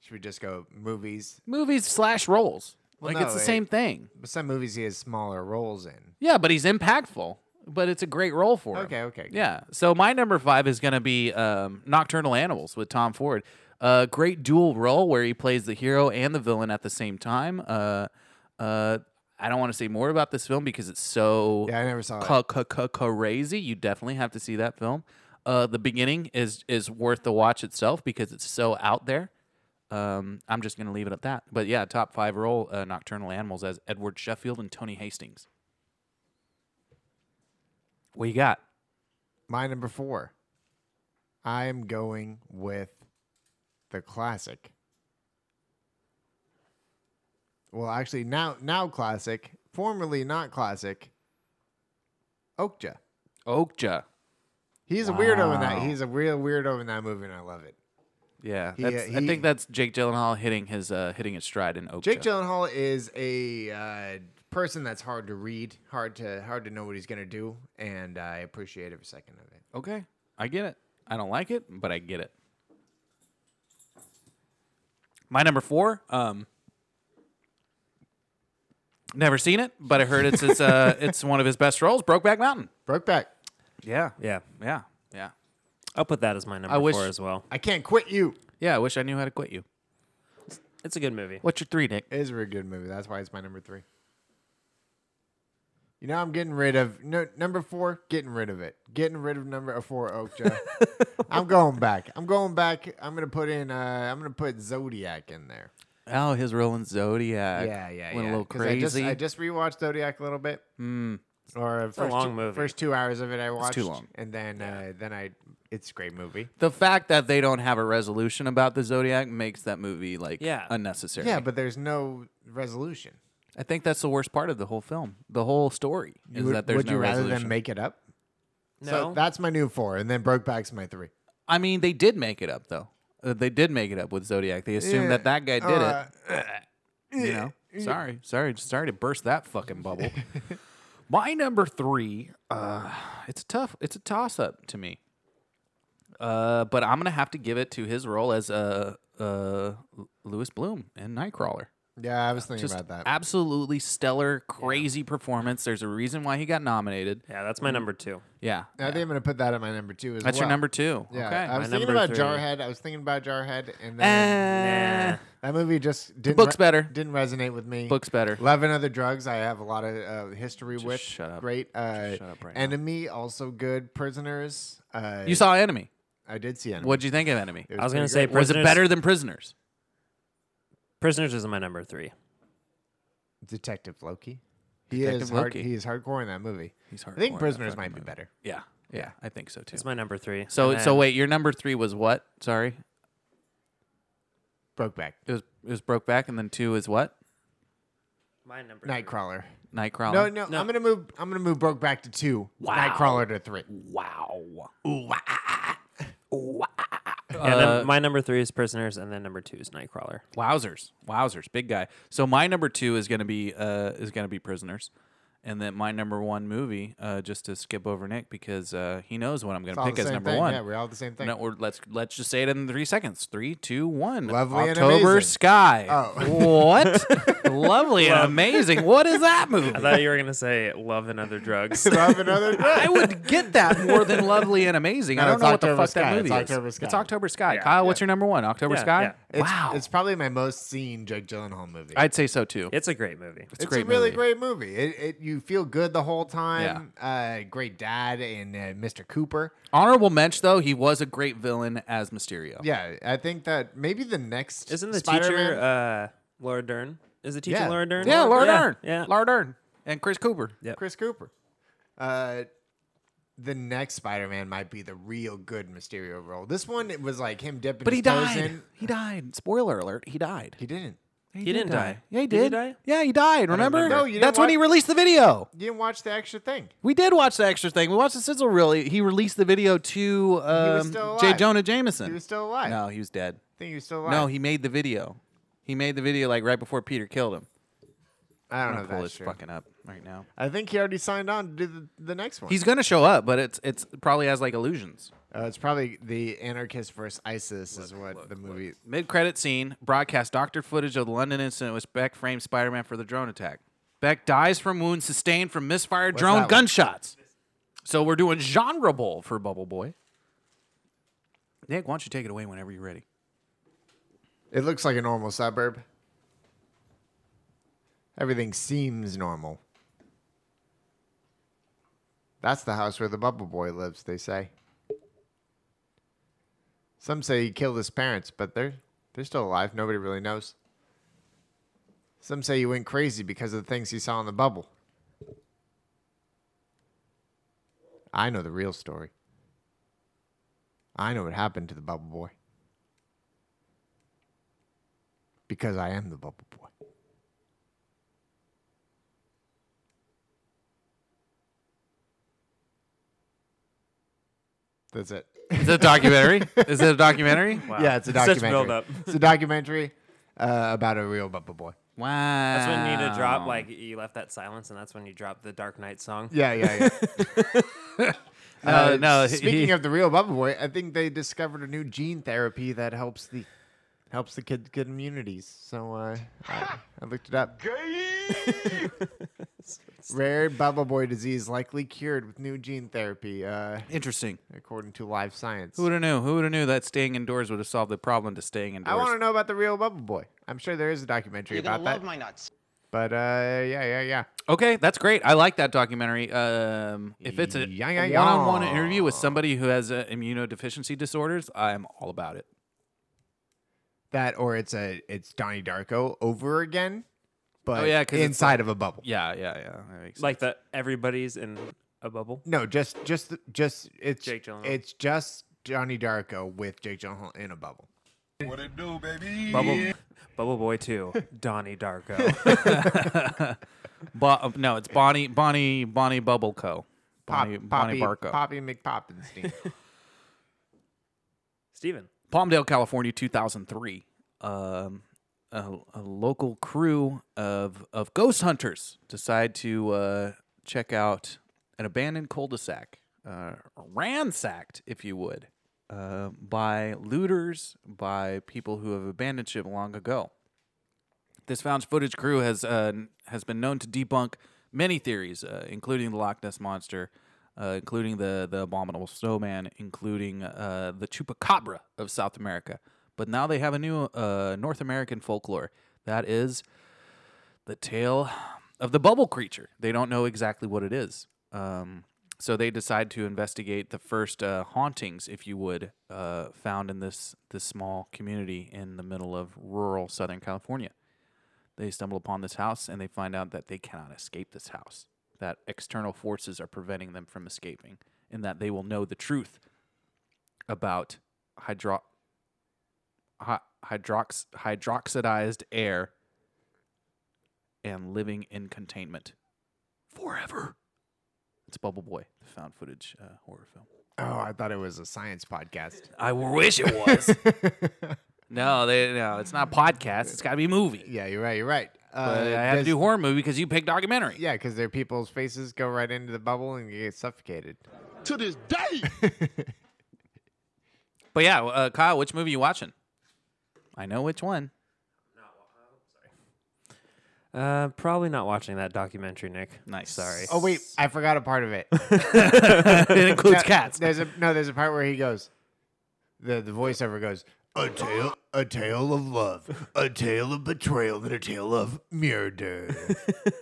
[SPEAKER 2] Should we just go movies?
[SPEAKER 1] movies slash roles.
[SPEAKER 2] Well,
[SPEAKER 1] Like it's
[SPEAKER 2] no,
[SPEAKER 1] the
[SPEAKER 2] it-
[SPEAKER 1] same thing.
[SPEAKER 2] But some movies he has smaller roles in.
[SPEAKER 1] Yeah, but he's impactful. But it's a great role for him.
[SPEAKER 2] Okay, okay, good.
[SPEAKER 1] Yeah. So my number five is going to be um, Nocturnal Animals with Tom Ford. A great dual role where he plays the hero and the villain at the same time. Uh, uh, I don't want to say more about this film because it's so
[SPEAKER 2] Yeah, I never saw it.
[SPEAKER 1] ca- ca- ca- crazy. You definitely have to see that film. Uh, the beginning is is worth the watch itself because it's so out there. Um, I'm just gonna leave it at that. But yeah, top five role uh, Nocturnal Animals as Edward Sheffield and Tony Hastings. What you got?
[SPEAKER 2] My number four. I am going with the classic. Well, actually, now now classic, formerly not classic. Okja.
[SPEAKER 1] Okja.
[SPEAKER 2] He's a weirdo in that. He's a real weirdo in that movie, and I love it.
[SPEAKER 1] Yeah,
[SPEAKER 2] He,
[SPEAKER 1] that's,
[SPEAKER 2] uh,
[SPEAKER 1] I
[SPEAKER 2] he-
[SPEAKER 1] think that's Jake Gyllenhaal hitting his uh, hitting his stride in Okja.
[SPEAKER 2] Jake Gyllenhaal is a uh, person that's hard to read, hard to hard to know what he's gonna do, and I appreciate every second of it.
[SPEAKER 1] Okay, I get it. I don't like it, but I get it. My number four. Um, never seen it, but I heard it's his, uh, it's one of his best roles. Brokeback Mountain.
[SPEAKER 2] Brokeback.
[SPEAKER 1] Yeah,
[SPEAKER 3] Yeah.
[SPEAKER 1] yeah, yeah,
[SPEAKER 3] I'll put that as my number
[SPEAKER 1] wish-
[SPEAKER 3] four as well.
[SPEAKER 2] I can't quit you.
[SPEAKER 1] yeah. I wish I knew how to quit you.
[SPEAKER 3] It's a good movie.
[SPEAKER 1] What's your three, Nick?
[SPEAKER 2] It is a really good movie. That's why it's my number three. You know, I'm getting rid of no number four. Getting rid of it. Getting rid of number four, Oakja. I'm going back. I'm going back. I'm gonna put in. Uh, I'm gonna put Zodiac in there.
[SPEAKER 1] Oh, his role in Zodiac.
[SPEAKER 2] yeah, yeah,
[SPEAKER 1] Went a
[SPEAKER 2] yeah.
[SPEAKER 1] little
[SPEAKER 2] 'Cause I just,
[SPEAKER 1] crazy. Hmm.
[SPEAKER 2] I just rewatched Zodiac a little bit. Mm. Or first
[SPEAKER 3] long
[SPEAKER 2] two,
[SPEAKER 3] movie.
[SPEAKER 2] First two hours of it, I watched.
[SPEAKER 1] too long.
[SPEAKER 2] And then, uh, then I. It's a great movie.
[SPEAKER 1] the fact that they don't have a resolution about the Zodiac makes that movie like
[SPEAKER 3] Yeah.
[SPEAKER 1] unnecessary.
[SPEAKER 2] Yeah, but there's no resolution.
[SPEAKER 1] I think that's the worst part of the whole film. The whole story is
[SPEAKER 2] would
[SPEAKER 1] that there's
[SPEAKER 2] would
[SPEAKER 1] no
[SPEAKER 2] you rather
[SPEAKER 1] resolution.
[SPEAKER 2] than make it up? So
[SPEAKER 3] No.
[SPEAKER 2] that's my new four, and then Brokeback's my three.
[SPEAKER 1] I mean, they did make it up though. Uh, they did make it up with Zodiac. They assumed that that guy did
[SPEAKER 2] Uh,
[SPEAKER 1] it. You know, sorry, sorry, sorry to burst that fucking bubble. My number three, uh, it's tough. It's a toss up to me. Uh, but I'm gonna have to give it to his role as uh, uh, Lewis Bloom in Nightcrawler.
[SPEAKER 2] Yeah, I was thinking
[SPEAKER 1] Just
[SPEAKER 2] about that.
[SPEAKER 1] absolutely stellar, crazy performance. There's a reason why he got nominated.
[SPEAKER 3] Yeah, that's my number two.
[SPEAKER 1] Yeah,
[SPEAKER 2] I think I'm gonna put that at my number two as
[SPEAKER 1] that's
[SPEAKER 2] well.
[SPEAKER 1] your number two.
[SPEAKER 2] Yeah,
[SPEAKER 1] okay.
[SPEAKER 2] I was
[SPEAKER 3] My
[SPEAKER 2] thinking
[SPEAKER 3] number
[SPEAKER 2] about
[SPEAKER 3] three.
[SPEAKER 2] Jarhead. I was thinking about Jarhead, and then
[SPEAKER 1] Eh,
[SPEAKER 2] that movie just didn't
[SPEAKER 1] book's better.
[SPEAKER 2] Didn't resonate with me.
[SPEAKER 1] Book's better.
[SPEAKER 2] Love and Other Drugs. I have a lot of uh, history with.
[SPEAKER 1] shut up.
[SPEAKER 2] Great. Uh,
[SPEAKER 1] shut up right now.
[SPEAKER 2] Enemy also good. Prisoners. Uh,
[SPEAKER 1] You saw Enemy.
[SPEAKER 2] I did see Enemy.
[SPEAKER 1] What'd you think of Enemy? Uh,
[SPEAKER 2] It
[SPEAKER 3] I was gonna
[SPEAKER 2] pretty
[SPEAKER 3] say
[SPEAKER 2] great.
[SPEAKER 1] Was it
[SPEAKER 3] Prisoners-
[SPEAKER 1] better than Prisoners?
[SPEAKER 3] Prisoners is my number three.
[SPEAKER 2] Detective Loki. He
[SPEAKER 1] Detective
[SPEAKER 2] is hard,
[SPEAKER 1] Loki.
[SPEAKER 2] he is hardcore in that movie.
[SPEAKER 1] He's
[SPEAKER 2] I think
[SPEAKER 1] hardcore in
[SPEAKER 2] Prisoners
[SPEAKER 1] that
[SPEAKER 2] might be
[SPEAKER 1] fucking
[SPEAKER 2] better.
[SPEAKER 1] Yeah. Yeah, I think so too.
[SPEAKER 3] It's my number three.
[SPEAKER 1] So
[SPEAKER 3] And
[SPEAKER 1] so
[SPEAKER 3] then-
[SPEAKER 1] wait, your number 3 was what? Sorry.
[SPEAKER 2] Brokeback.
[SPEAKER 1] It was it was Brokeback and then 2 is what?
[SPEAKER 3] My number
[SPEAKER 2] Nightcrawler.
[SPEAKER 1] Nightcrawler.
[SPEAKER 2] No, no, I'm gonna move. I'm gonna move Brokeback to two. Nightcrawler to three.
[SPEAKER 1] Wow.
[SPEAKER 3] and
[SPEAKER 1] Uh,
[SPEAKER 3] then my number three is Prisoners, and then number two is Nightcrawler.
[SPEAKER 1] Wowzers, wowzers, big guy. So my number two is gonna be uh, is gonna be Prisoners, and then my number one movie, uh, just to skip over Nick because uh, he knows what I'm gonna
[SPEAKER 2] It's all
[SPEAKER 1] pick
[SPEAKER 2] the
[SPEAKER 1] as
[SPEAKER 2] same
[SPEAKER 1] number
[SPEAKER 2] thing.
[SPEAKER 1] one.
[SPEAKER 2] Yeah, we're all the same thing.
[SPEAKER 1] No, we're, let's let's just say it in three seconds. Three, two, one.
[SPEAKER 2] Lovely and
[SPEAKER 1] October
[SPEAKER 2] Amazing.
[SPEAKER 1] Sky.
[SPEAKER 2] Oh.
[SPEAKER 1] what? Lovely and
[SPEAKER 3] Love-
[SPEAKER 1] amazing. What is that movie?
[SPEAKER 3] I thought you were gonna say Love and Other Drugs.
[SPEAKER 2] Love and Other Drugs.
[SPEAKER 1] I would get that more than Lovely and Amazing. I
[SPEAKER 2] No,
[SPEAKER 1] don't
[SPEAKER 2] it's
[SPEAKER 1] know what the
[SPEAKER 2] October
[SPEAKER 1] fuck that
[SPEAKER 2] Sky.
[SPEAKER 1] movie is.
[SPEAKER 2] It's October Sky.
[SPEAKER 1] It's October Sky.
[SPEAKER 3] Yeah.
[SPEAKER 1] Kyle, what's your number one? October
[SPEAKER 3] Yeah,
[SPEAKER 1] Sky.
[SPEAKER 3] yeah.
[SPEAKER 2] It's,
[SPEAKER 1] Wow,
[SPEAKER 2] it's probably my most seen Jake Gyllenhaal movie.
[SPEAKER 1] I'd say so too.
[SPEAKER 3] It's a great movie.
[SPEAKER 1] It's,
[SPEAKER 2] it's
[SPEAKER 1] great
[SPEAKER 2] a really
[SPEAKER 1] movie.
[SPEAKER 2] great movie. It, it you feel good the whole time. Uh, great dad and uh, Mr. Cooper.
[SPEAKER 1] Honorable mensch though, he was a great villain as Mysterio.
[SPEAKER 2] Yeah, I think that maybe the next
[SPEAKER 3] Isn't the
[SPEAKER 2] Spider-Man-
[SPEAKER 3] teacher uh, Laura Dern? Is the teacher
[SPEAKER 2] Yeah.
[SPEAKER 3] Laura Dern?
[SPEAKER 1] Yeah, Laura Dern.
[SPEAKER 3] Yeah.
[SPEAKER 1] Laura Dern and Chris Cooper.
[SPEAKER 2] Chris Cooper. Uh, the next Spider-Man might be the real good Mysterio role. This one it was like him dipping.
[SPEAKER 1] But he
[SPEAKER 2] his
[SPEAKER 1] died.
[SPEAKER 2] Toes in.
[SPEAKER 1] He died. Spoiler alert, he died.
[SPEAKER 2] He didn't.
[SPEAKER 3] He
[SPEAKER 1] did
[SPEAKER 3] didn't die.
[SPEAKER 1] Yeah, he
[SPEAKER 3] Did
[SPEAKER 1] did.
[SPEAKER 3] he die?
[SPEAKER 1] Yeah, he died. Remember?
[SPEAKER 3] remember.
[SPEAKER 2] No, you didn't
[SPEAKER 1] That's when he
[SPEAKER 2] watch-
[SPEAKER 1] released the video.
[SPEAKER 2] You didn't watch the extra thing.
[SPEAKER 1] We did watch the extra thing. We watched the sizzle reel. He released the video to
[SPEAKER 2] was
[SPEAKER 1] um,
[SPEAKER 2] still
[SPEAKER 1] J.
[SPEAKER 2] alive.
[SPEAKER 1] Jonah Jameson.
[SPEAKER 2] He was still alive.
[SPEAKER 1] No, he was dead.
[SPEAKER 2] I think he was still alive.
[SPEAKER 1] No, he made the video. He made the video like right before Peter killed him.
[SPEAKER 2] I
[SPEAKER 1] I'm
[SPEAKER 2] don't know
[SPEAKER 1] gonna
[SPEAKER 2] if
[SPEAKER 1] pull
[SPEAKER 2] Oh, that's
[SPEAKER 1] this
[SPEAKER 2] true.
[SPEAKER 1] fucking up right now.
[SPEAKER 2] I think he already signed on to do the, the next one.
[SPEAKER 1] He's gonna show up, but it's it's probably as like illusions.
[SPEAKER 2] Uh, it's probably the anarchist versus ISIS is what the movie.
[SPEAKER 1] Mid credit scene broadcast doctored footage of the London incident which Beck frames Spider Man for the drone attack. Beck dies from wounds sustained from misfired
[SPEAKER 2] that
[SPEAKER 1] drone
[SPEAKER 2] one?
[SPEAKER 1] gunshots. So we're doing genre bowl for Bubble Boy. Nick, why don't you take it away whenever you're ready?
[SPEAKER 2] It looks like a normal suburb. Everything seems normal. That's the house where the bubble boy lives, they say. Some say he killed his parents, but they're they're still alive. Nobody really knows. Some say he went crazy because of the things he saw in the bubble. I know the real story. I know what happened to the bubble boy. because I am the bubble boy. That's it.
[SPEAKER 1] Is it a documentary? Is it a documentary? Wow.
[SPEAKER 2] Yeah, it's a
[SPEAKER 3] Such
[SPEAKER 2] documentary.
[SPEAKER 3] buildup.
[SPEAKER 2] It's a documentary uh, about a real bubble boy.
[SPEAKER 3] That's when you need to drop like you left that silence, and that's when you drop the Dark Knight song.
[SPEAKER 2] Yeah, yeah, Uh,
[SPEAKER 1] No,
[SPEAKER 2] yeah.
[SPEAKER 1] no, Oh, Uh, he-
[SPEAKER 2] Speaking
[SPEAKER 1] he-
[SPEAKER 2] of the real bubble boy, I think they discovered a new gene therapy that helps the helps the kid get immunities. So uh, I, I looked it up. Rare bubble boy disease likely cured with new gene therapy, uh,
[SPEAKER 1] Interesting.
[SPEAKER 2] according to Live Science.
[SPEAKER 1] Who would have knew? Who would have knew that staying indoors would have solved the problem to staying indoors?
[SPEAKER 2] I want to know about the real bubble boy. I'm sure there is a documentary about that.
[SPEAKER 9] nuts.
[SPEAKER 2] but uh, yeah, yeah, yeah.
[SPEAKER 1] Okay, that's great. I like that documentary. Um, if it's a
[SPEAKER 2] Yeah, yeah,
[SPEAKER 1] one-on-one
[SPEAKER 2] yeah.
[SPEAKER 1] interview with somebody who has uh, immunodeficiency disorders, I'm all about it.
[SPEAKER 2] That or it's a it's Donnie Darko over again, but
[SPEAKER 1] Oh, yeah, 'cause it's
[SPEAKER 2] inside of a bubble.
[SPEAKER 1] Yeah, yeah, yeah. That makes
[SPEAKER 3] Like the everybody's in a bubble.
[SPEAKER 2] No, just just just it's
[SPEAKER 3] Jake Gyllenhaal.
[SPEAKER 2] It's just Johnny Darko with Jake Gyllenhaal in a bubble.
[SPEAKER 4] What it do, baby?
[SPEAKER 3] Bubble, Bubble Boy Two, Donnie Darko.
[SPEAKER 1] Bo- uh, no, it's Bonnie, Bonnie, Bonnie Bubble Co.
[SPEAKER 2] Pop,
[SPEAKER 1] Bonnie,
[SPEAKER 2] Poppy,
[SPEAKER 1] Bonnie Barco.
[SPEAKER 2] Poppy McPoppinstein.
[SPEAKER 3] Steven.
[SPEAKER 1] Palmdale, California, 2003. Um, a, a local crew of of ghost hunters decide to uh, check out an abandoned cul-de-sac, uh, ransacked, if you would, uh, by looters, by people who have abandoned ship long ago. This found footage crew has uh, has been known to debunk many theories, uh, including the Loch Ness monster, uh, including the the abominable snowman, including uh, the chupacabra of South America. But now they have a new uh, North American folklore that is the tale of the bubble creature. They don't know exactly what it is. Um, so they decide to investigate the first uh, hauntings, if you would, uh, found in this this small community in the middle of rural Southern California they stumble upon this house and they find out that they cannot escape this house that external forces are preventing them from escaping and that they will know the truth about hydro- hy- hydrox- hydroxidized air and living in containment forever it's bubble boy the found footage uh, horror film
[SPEAKER 2] Oh, I thought it was a science podcast.
[SPEAKER 1] I wish it was. no, they, no, it's not podcast. It's got to be movie.
[SPEAKER 2] Yeah, you're right. You're right.
[SPEAKER 1] But I had to
[SPEAKER 2] does-
[SPEAKER 1] do horror movie because you picked documentary.
[SPEAKER 2] Yeah, because their people's faces go right into the bubble and you get suffocated.
[SPEAKER 6] To this day.
[SPEAKER 1] But yeah, uh, Kyle, which movie you watching? I know which one.
[SPEAKER 3] Uh, probably not watching that documentary, Nick.
[SPEAKER 1] Nice.
[SPEAKER 3] Sorry.
[SPEAKER 2] Oh wait, I forgot a part of it.
[SPEAKER 3] it includes
[SPEAKER 2] No,
[SPEAKER 3] cats.
[SPEAKER 2] There's a no. There's a part where he goes. The the voiceover goes. A tale, a tale of love, a tale of betrayal, and a tale of murder.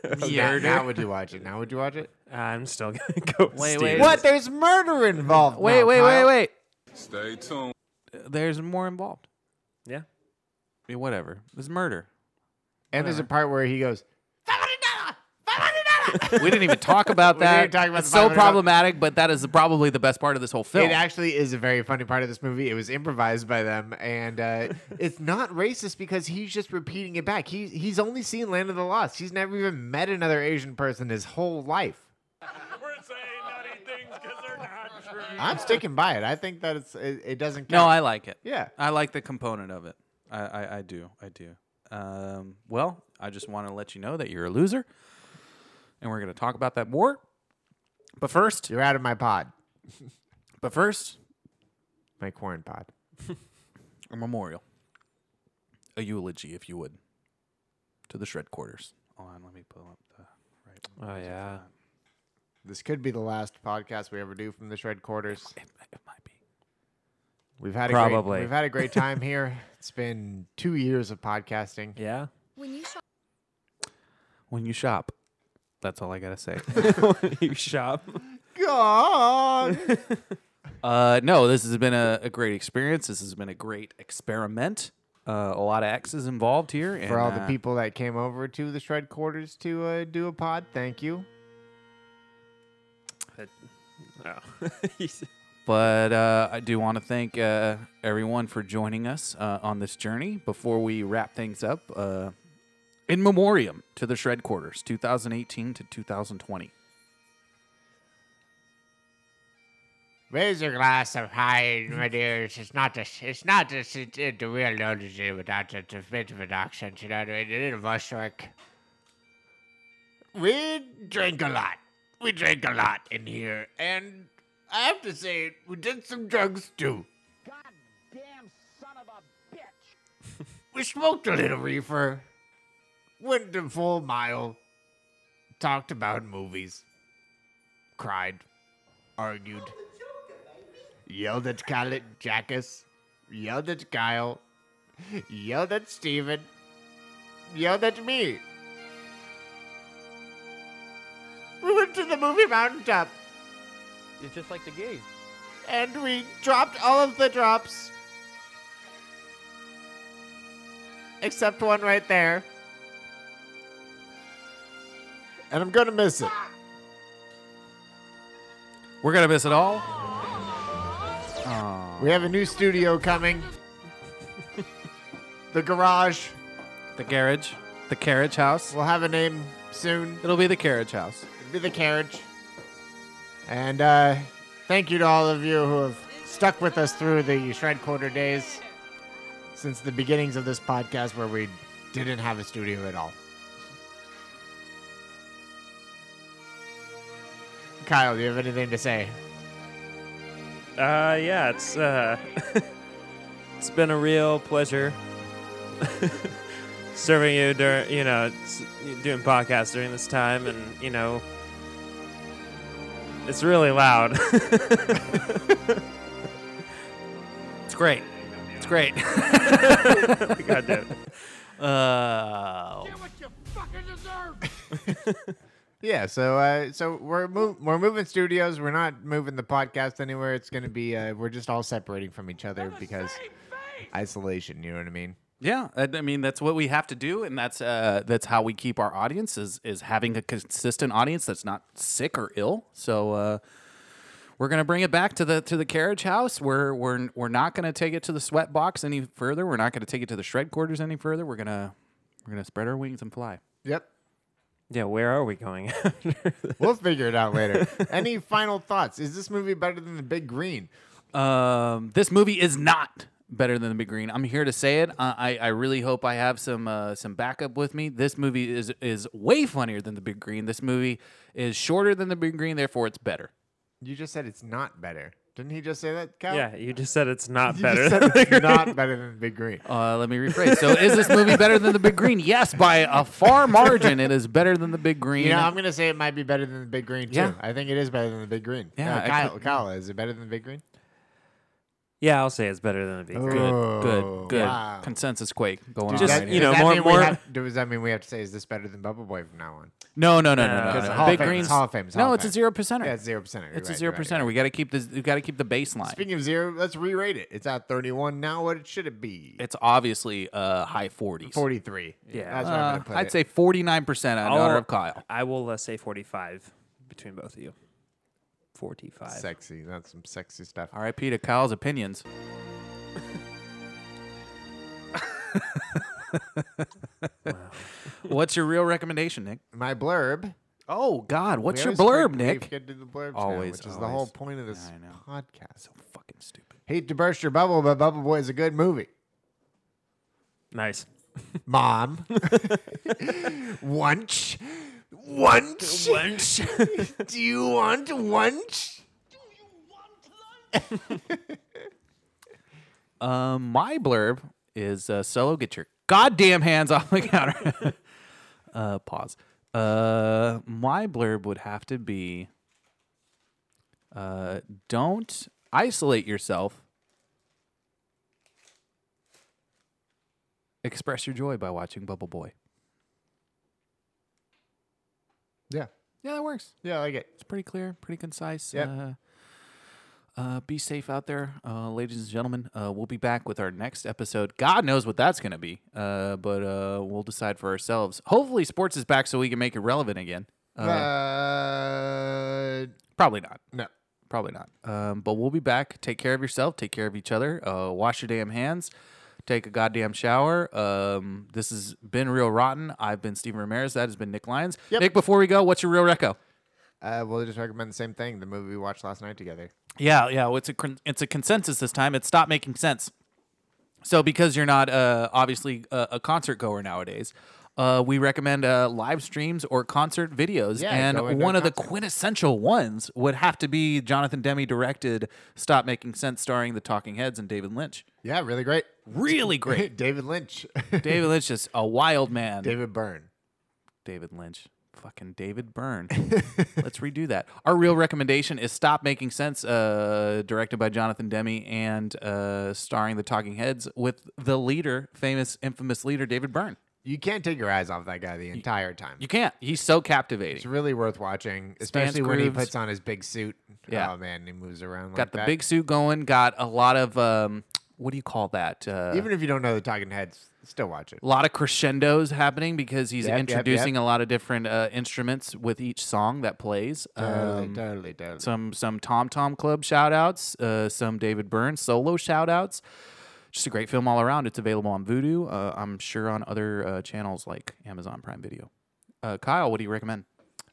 [SPEAKER 2] Now,
[SPEAKER 1] Murder?
[SPEAKER 2] now would you watch it? Now would you watch it?
[SPEAKER 3] I'm still gonna go.
[SPEAKER 1] Wait,
[SPEAKER 3] Steve.
[SPEAKER 1] wait.
[SPEAKER 2] What? There's murder involved.
[SPEAKER 1] Wait,
[SPEAKER 2] now,
[SPEAKER 1] wait, wait,
[SPEAKER 2] Kyle.
[SPEAKER 1] wait.
[SPEAKER 4] Stay tuned.
[SPEAKER 1] There's more involved.
[SPEAKER 3] Yeah.
[SPEAKER 1] I mean, whatever. There's murder.
[SPEAKER 2] And there's a part where he goes.
[SPEAKER 1] we didn't even talk about
[SPEAKER 2] We didn't
[SPEAKER 1] that.
[SPEAKER 2] even talk about
[SPEAKER 1] it's
[SPEAKER 2] the
[SPEAKER 1] so
[SPEAKER 2] $500.
[SPEAKER 1] problematic, but that is probably the best part of this whole film.
[SPEAKER 2] It actually is a very funny part of this movie. It was improvised by them, and uh, it's not racist because he's just repeating it back. He he's only seen Land of the Lost. He's never even met another Asian person his whole life. We're saying nutty things because they're not true. I'm sticking by it. I think that it's it, it doesn't. Count.
[SPEAKER 1] no, I like it.
[SPEAKER 2] Yeah.
[SPEAKER 1] I like the component of it. I, I, I do. I do. Um, well, I just want to let you know that you're a loser, and we're going to talk about that more. But first,
[SPEAKER 2] You're out of my pod,
[SPEAKER 1] but first,
[SPEAKER 2] my corn pod.
[SPEAKER 1] a memorial, a eulogy, if you would, to the shred quarters. Hold on, let me pull up the right. One.
[SPEAKER 3] Oh yeah.
[SPEAKER 2] This could be the last podcast we ever do from the Shred Quarters.
[SPEAKER 1] It, it might be.
[SPEAKER 2] We've had a
[SPEAKER 3] Probably.
[SPEAKER 2] great, we've had a great time here. It's been two years of podcasting.
[SPEAKER 3] Yeah.
[SPEAKER 1] When you shop, that's all I gotta say.
[SPEAKER 3] you shop.
[SPEAKER 2] God.
[SPEAKER 1] Uh, no, this has been a, a great experience. This has been a great experiment. Uh, a lot of X's involved here. And,
[SPEAKER 2] for all the
[SPEAKER 1] uh,
[SPEAKER 2] people that came over to the shred quarters to uh, do a pod thank you
[SPEAKER 3] Oh.
[SPEAKER 1] But uh, I do want to thank uh, everyone for joining us uh, on this journey. Before we wrap things up, uh, in memoriam to the Shred Quarters, 2018 to 2020.
[SPEAKER 2] raise your glass of wine my dears it's not this it's not this it, it, the real eulogy without the, the bit of an accent you know what i mean a little Bushwick. we drink a lot we drink a lot in here and i have to say we did some drugs too we smoked a little reefer went the full mile talked about movies cried argued yelled at Khaled Jackass, yelled at Kyle, yelled at Steven, yelled at me. We went to the movie mountaintop. It's just like the game. And we dropped all of the drops. Except one right there. And I'm gonna miss it.
[SPEAKER 1] We're going to miss it all.
[SPEAKER 2] We have a new studio coming. the garage.
[SPEAKER 1] The garage, the carriage house.
[SPEAKER 2] We'll have a name soon.
[SPEAKER 1] It'll be the carriage house.
[SPEAKER 2] It'll be the carriage. And uh, thank you to all of you who have stuck with us through the Shred Quarter days since the beginnings of this podcast where we didn't have a studio at all. Kyle, do you have anything to say?
[SPEAKER 3] Uh, yeah, it's uh, it's been a real pleasure serving you during, you know, s- doing podcasts during this time, and you know, it's really loud.
[SPEAKER 1] It's great. It's great.
[SPEAKER 3] God damn it.
[SPEAKER 1] Uh,
[SPEAKER 2] Yeah, so uh, so we're mov- we're moving studios. We're not moving the podcast anywhere. It's gonna be uh, we're just all separating from each other because isolation. You know what I mean?
[SPEAKER 1] Yeah, I I mean that's what we have to do, and that's uh, that's how we keep our audience is is having a consistent audience that's not sick or ill. So uh, we're gonna bring it back to the to the carriage house. We're we're we're not gonna take it to the sweat box any further. We're not gonna take it to the shred quarters any further. We're gonna we're gonna spread our wings and fly.
[SPEAKER 2] Yep.
[SPEAKER 3] Yeah, where are we going?
[SPEAKER 2] we'll figure it out later. Any final thoughts? Is this movie better than The Big Green?
[SPEAKER 1] Um, this movie is not better than The Big Green. I'm here to say it. I, I, I really hope I have some uh, some backup with me. This movie is is way funnier than The Big Green. This movie is shorter than The Big Green, therefore it's better.
[SPEAKER 2] You just said it's not better. Didn't he just say that, Cal?
[SPEAKER 3] yeah, you just said it's not
[SPEAKER 2] You
[SPEAKER 3] better.
[SPEAKER 2] just
[SPEAKER 3] than
[SPEAKER 2] said
[SPEAKER 3] the
[SPEAKER 2] it's not
[SPEAKER 3] Green.
[SPEAKER 2] better than The Big Green.
[SPEAKER 1] Uh, let me rephrase. So is this movie better than The Big Green? Yes, by a far margin. It is better than The Big Green.
[SPEAKER 2] You know, I'm gonna say it might be better than the Big Green too.
[SPEAKER 1] Yeah.
[SPEAKER 2] I think it is better than the Big Green.
[SPEAKER 1] Yeah,
[SPEAKER 2] Uh,
[SPEAKER 1] I
[SPEAKER 2] Kyle,
[SPEAKER 1] could-
[SPEAKER 2] Kyle, is it better than the Big Green?
[SPEAKER 3] Yeah, I'll say it's better than the Big Green.
[SPEAKER 1] good,
[SPEAKER 2] Oh,
[SPEAKER 1] good, good.
[SPEAKER 2] wow.
[SPEAKER 1] Consensus quake going
[SPEAKER 3] Dude,
[SPEAKER 1] on.
[SPEAKER 3] just-
[SPEAKER 1] right
[SPEAKER 3] you
[SPEAKER 1] here.
[SPEAKER 3] know,
[SPEAKER 2] does that
[SPEAKER 3] more-
[SPEAKER 2] mean we
[SPEAKER 3] more-
[SPEAKER 2] have- does that mean we have to say is this better than Bubble Boy from now on?
[SPEAKER 1] No, no, no,
[SPEAKER 3] No,
[SPEAKER 1] no, no.
[SPEAKER 2] Because
[SPEAKER 1] no.
[SPEAKER 2] Hall of
[SPEAKER 1] Big
[SPEAKER 2] Fame,
[SPEAKER 1] Green's
[SPEAKER 2] it's Hall of Fame, it's
[SPEAKER 1] No,
[SPEAKER 2] Hall of
[SPEAKER 1] it's a
[SPEAKER 2] Fame.
[SPEAKER 1] zero percenter.
[SPEAKER 2] Yeah, it's zero percent.
[SPEAKER 1] It's a zero percenter. We got to keep this. We got to keep the baseline.
[SPEAKER 2] Speaking of zero, let's re-rate it. It's at 31 now. What should it be?
[SPEAKER 1] it's obviously uh, high forties.
[SPEAKER 2] 43.
[SPEAKER 3] Yeah.
[SPEAKER 2] that's what I'm gonna put
[SPEAKER 1] Uh, I'd
[SPEAKER 2] it.
[SPEAKER 1] say forty nine percent on
[SPEAKER 3] I'll-
[SPEAKER 1] honor of Kyle.
[SPEAKER 3] I will uh, say 45 between both of you. 45.
[SPEAKER 2] sexy. That's some sexy stuff.
[SPEAKER 1] R.I.P. to Kyle's opinions. What's your real recommendation, Nick?
[SPEAKER 2] My blurb.
[SPEAKER 1] Oh God, what's
[SPEAKER 2] We
[SPEAKER 1] your
[SPEAKER 2] always
[SPEAKER 1] blurb,
[SPEAKER 2] forget- We
[SPEAKER 1] Nick?
[SPEAKER 2] forget to do the blurbs now,
[SPEAKER 1] Always,
[SPEAKER 2] which is the whole
[SPEAKER 1] always.
[SPEAKER 2] point of this
[SPEAKER 1] I know.
[SPEAKER 2] podcast.
[SPEAKER 1] Fucking stupid.
[SPEAKER 2] Hate to burst your bubble, but Bubble Boy is a good movie.
[SPEAKER 3] Nice.
[SPEAKER 2] Mom. Wunch. Wunch. Wunch. Do you want wunch?
[SPEAKER 1] Um, my blurb is uh, solo. Get your goddamn hands off the counter. uh, pause. Uh, my blurb would have to be. Uh, don't isolate yourself. Express your joy by watching Bubble Boy.
[SPEAKER 2] Yeah.
[SPEAKER 1] Yeah, that works.
[SPEAKER 2] Yeah, I like it.
[SPEAKER 1] It's pretty clear, pretty concise.
[SPEAKER 2] Yep.
[SPEAKER 1] Uh, uh, be safe out there, uh, ladies and gentlemen. Uh, we'll be back with our next episode. God knows what that's going to be, uh, but uh, we'll decide for ourselves. Hopefully, sports is back so we can make it relevant again. Uh,
[SPEAKER 2] Uh,
[SPEAKER 1] probably not.
[SPEAKER 2] no.
[SPEAKER 1] Probably not. Um, but we'll be back. Take care of yourself. Take care of each other. Uh, wash your damn hands. Take a goddamn shower. Um, this has been Real Rotten. I've been Steven Ramirez. That has been Nick Lyons.
[SPEAKER 2] Yep.
[SPEAKER 1] Nick, before we go, what's your real reco?
[SPEAKER 2] Uh, we'll just recommend the same thing the movie we watched last night together.
[SPEAKER 1] Yeah, yeah. well, It's a con- it's a consensus this time. It's stopped making sense. So because you're not uh, obviously a, a concert goer nowadays, uh, we recommend uh, live streams or concert videos.
[SPEAKER 2] Yeah, go
[SPEAKER 1] and
[SPEAKER 2] into a
[SPEAKER 1] one of the
[SPEAKER 2] concert.
[SPEAKER 1] quintessential ones would have to be Jonathan Demme directed "Stop Making Sense," starring the Talking Heads and David Lynch.
[SPEAKER 2] Yeah, really great.
[SPEAKER 1] Really great.
[SPEAKER 2] David Lynch.
[SPEAKER 1] David Lynch is a wild man.
[SPEAKER 2] David Byrne.
[SPEAKER 1] David Lynch. Fucking David Byrne. Let's redo that. Our real recommendation is Stop Making Sense, uh, directed by Jonathan Demme and uh, starring the Talking Heads with the leader, famous, infamous leader, David Byrne.
[SPEAKER 2] You can't take your eyes off that guy the entire time.
[SPEAKER 1] You can't. He's so
[SPEAKER 2] It's
[SPEAKER 1] captivating.
[SPEAKER 2] really worth watching, especially when he
[SPEAKER 1] grooves.
[SPEAKER 2] puts on his big suit.
[SPEAKER 1] Yeah.
[SPEAKER 2] Oh, man, he moves around like
[SPEAKER 1] Got the
[SPEAKER 2] that.
[SPEAKER 1] big suit going, got a lot of, um, what do you call that? Uh,
[SPEAKER 2] Even if you don't know the Talking Heads, still watch it.
[SPEAKER 1] a lot of crescendos happening because he's
[SPEAKER 2] Yep, yep,
[SPEAKER 1] introducing a lot of different uh, instruments with each song that plays.
[SPEAKER 2] Totally,
[SPEAKER 1] Um,
[SPEAKER 2] totally, totally.
[SPEAKER 1] some some Tom Tom Club shout outs, uh, some David Byrne solo shout outs. Just a great film all around. It's available on Vudu. Uh, I'm sure on other uh, channels like Amazon Prime Video. Uh, Kyle, what do you recommend?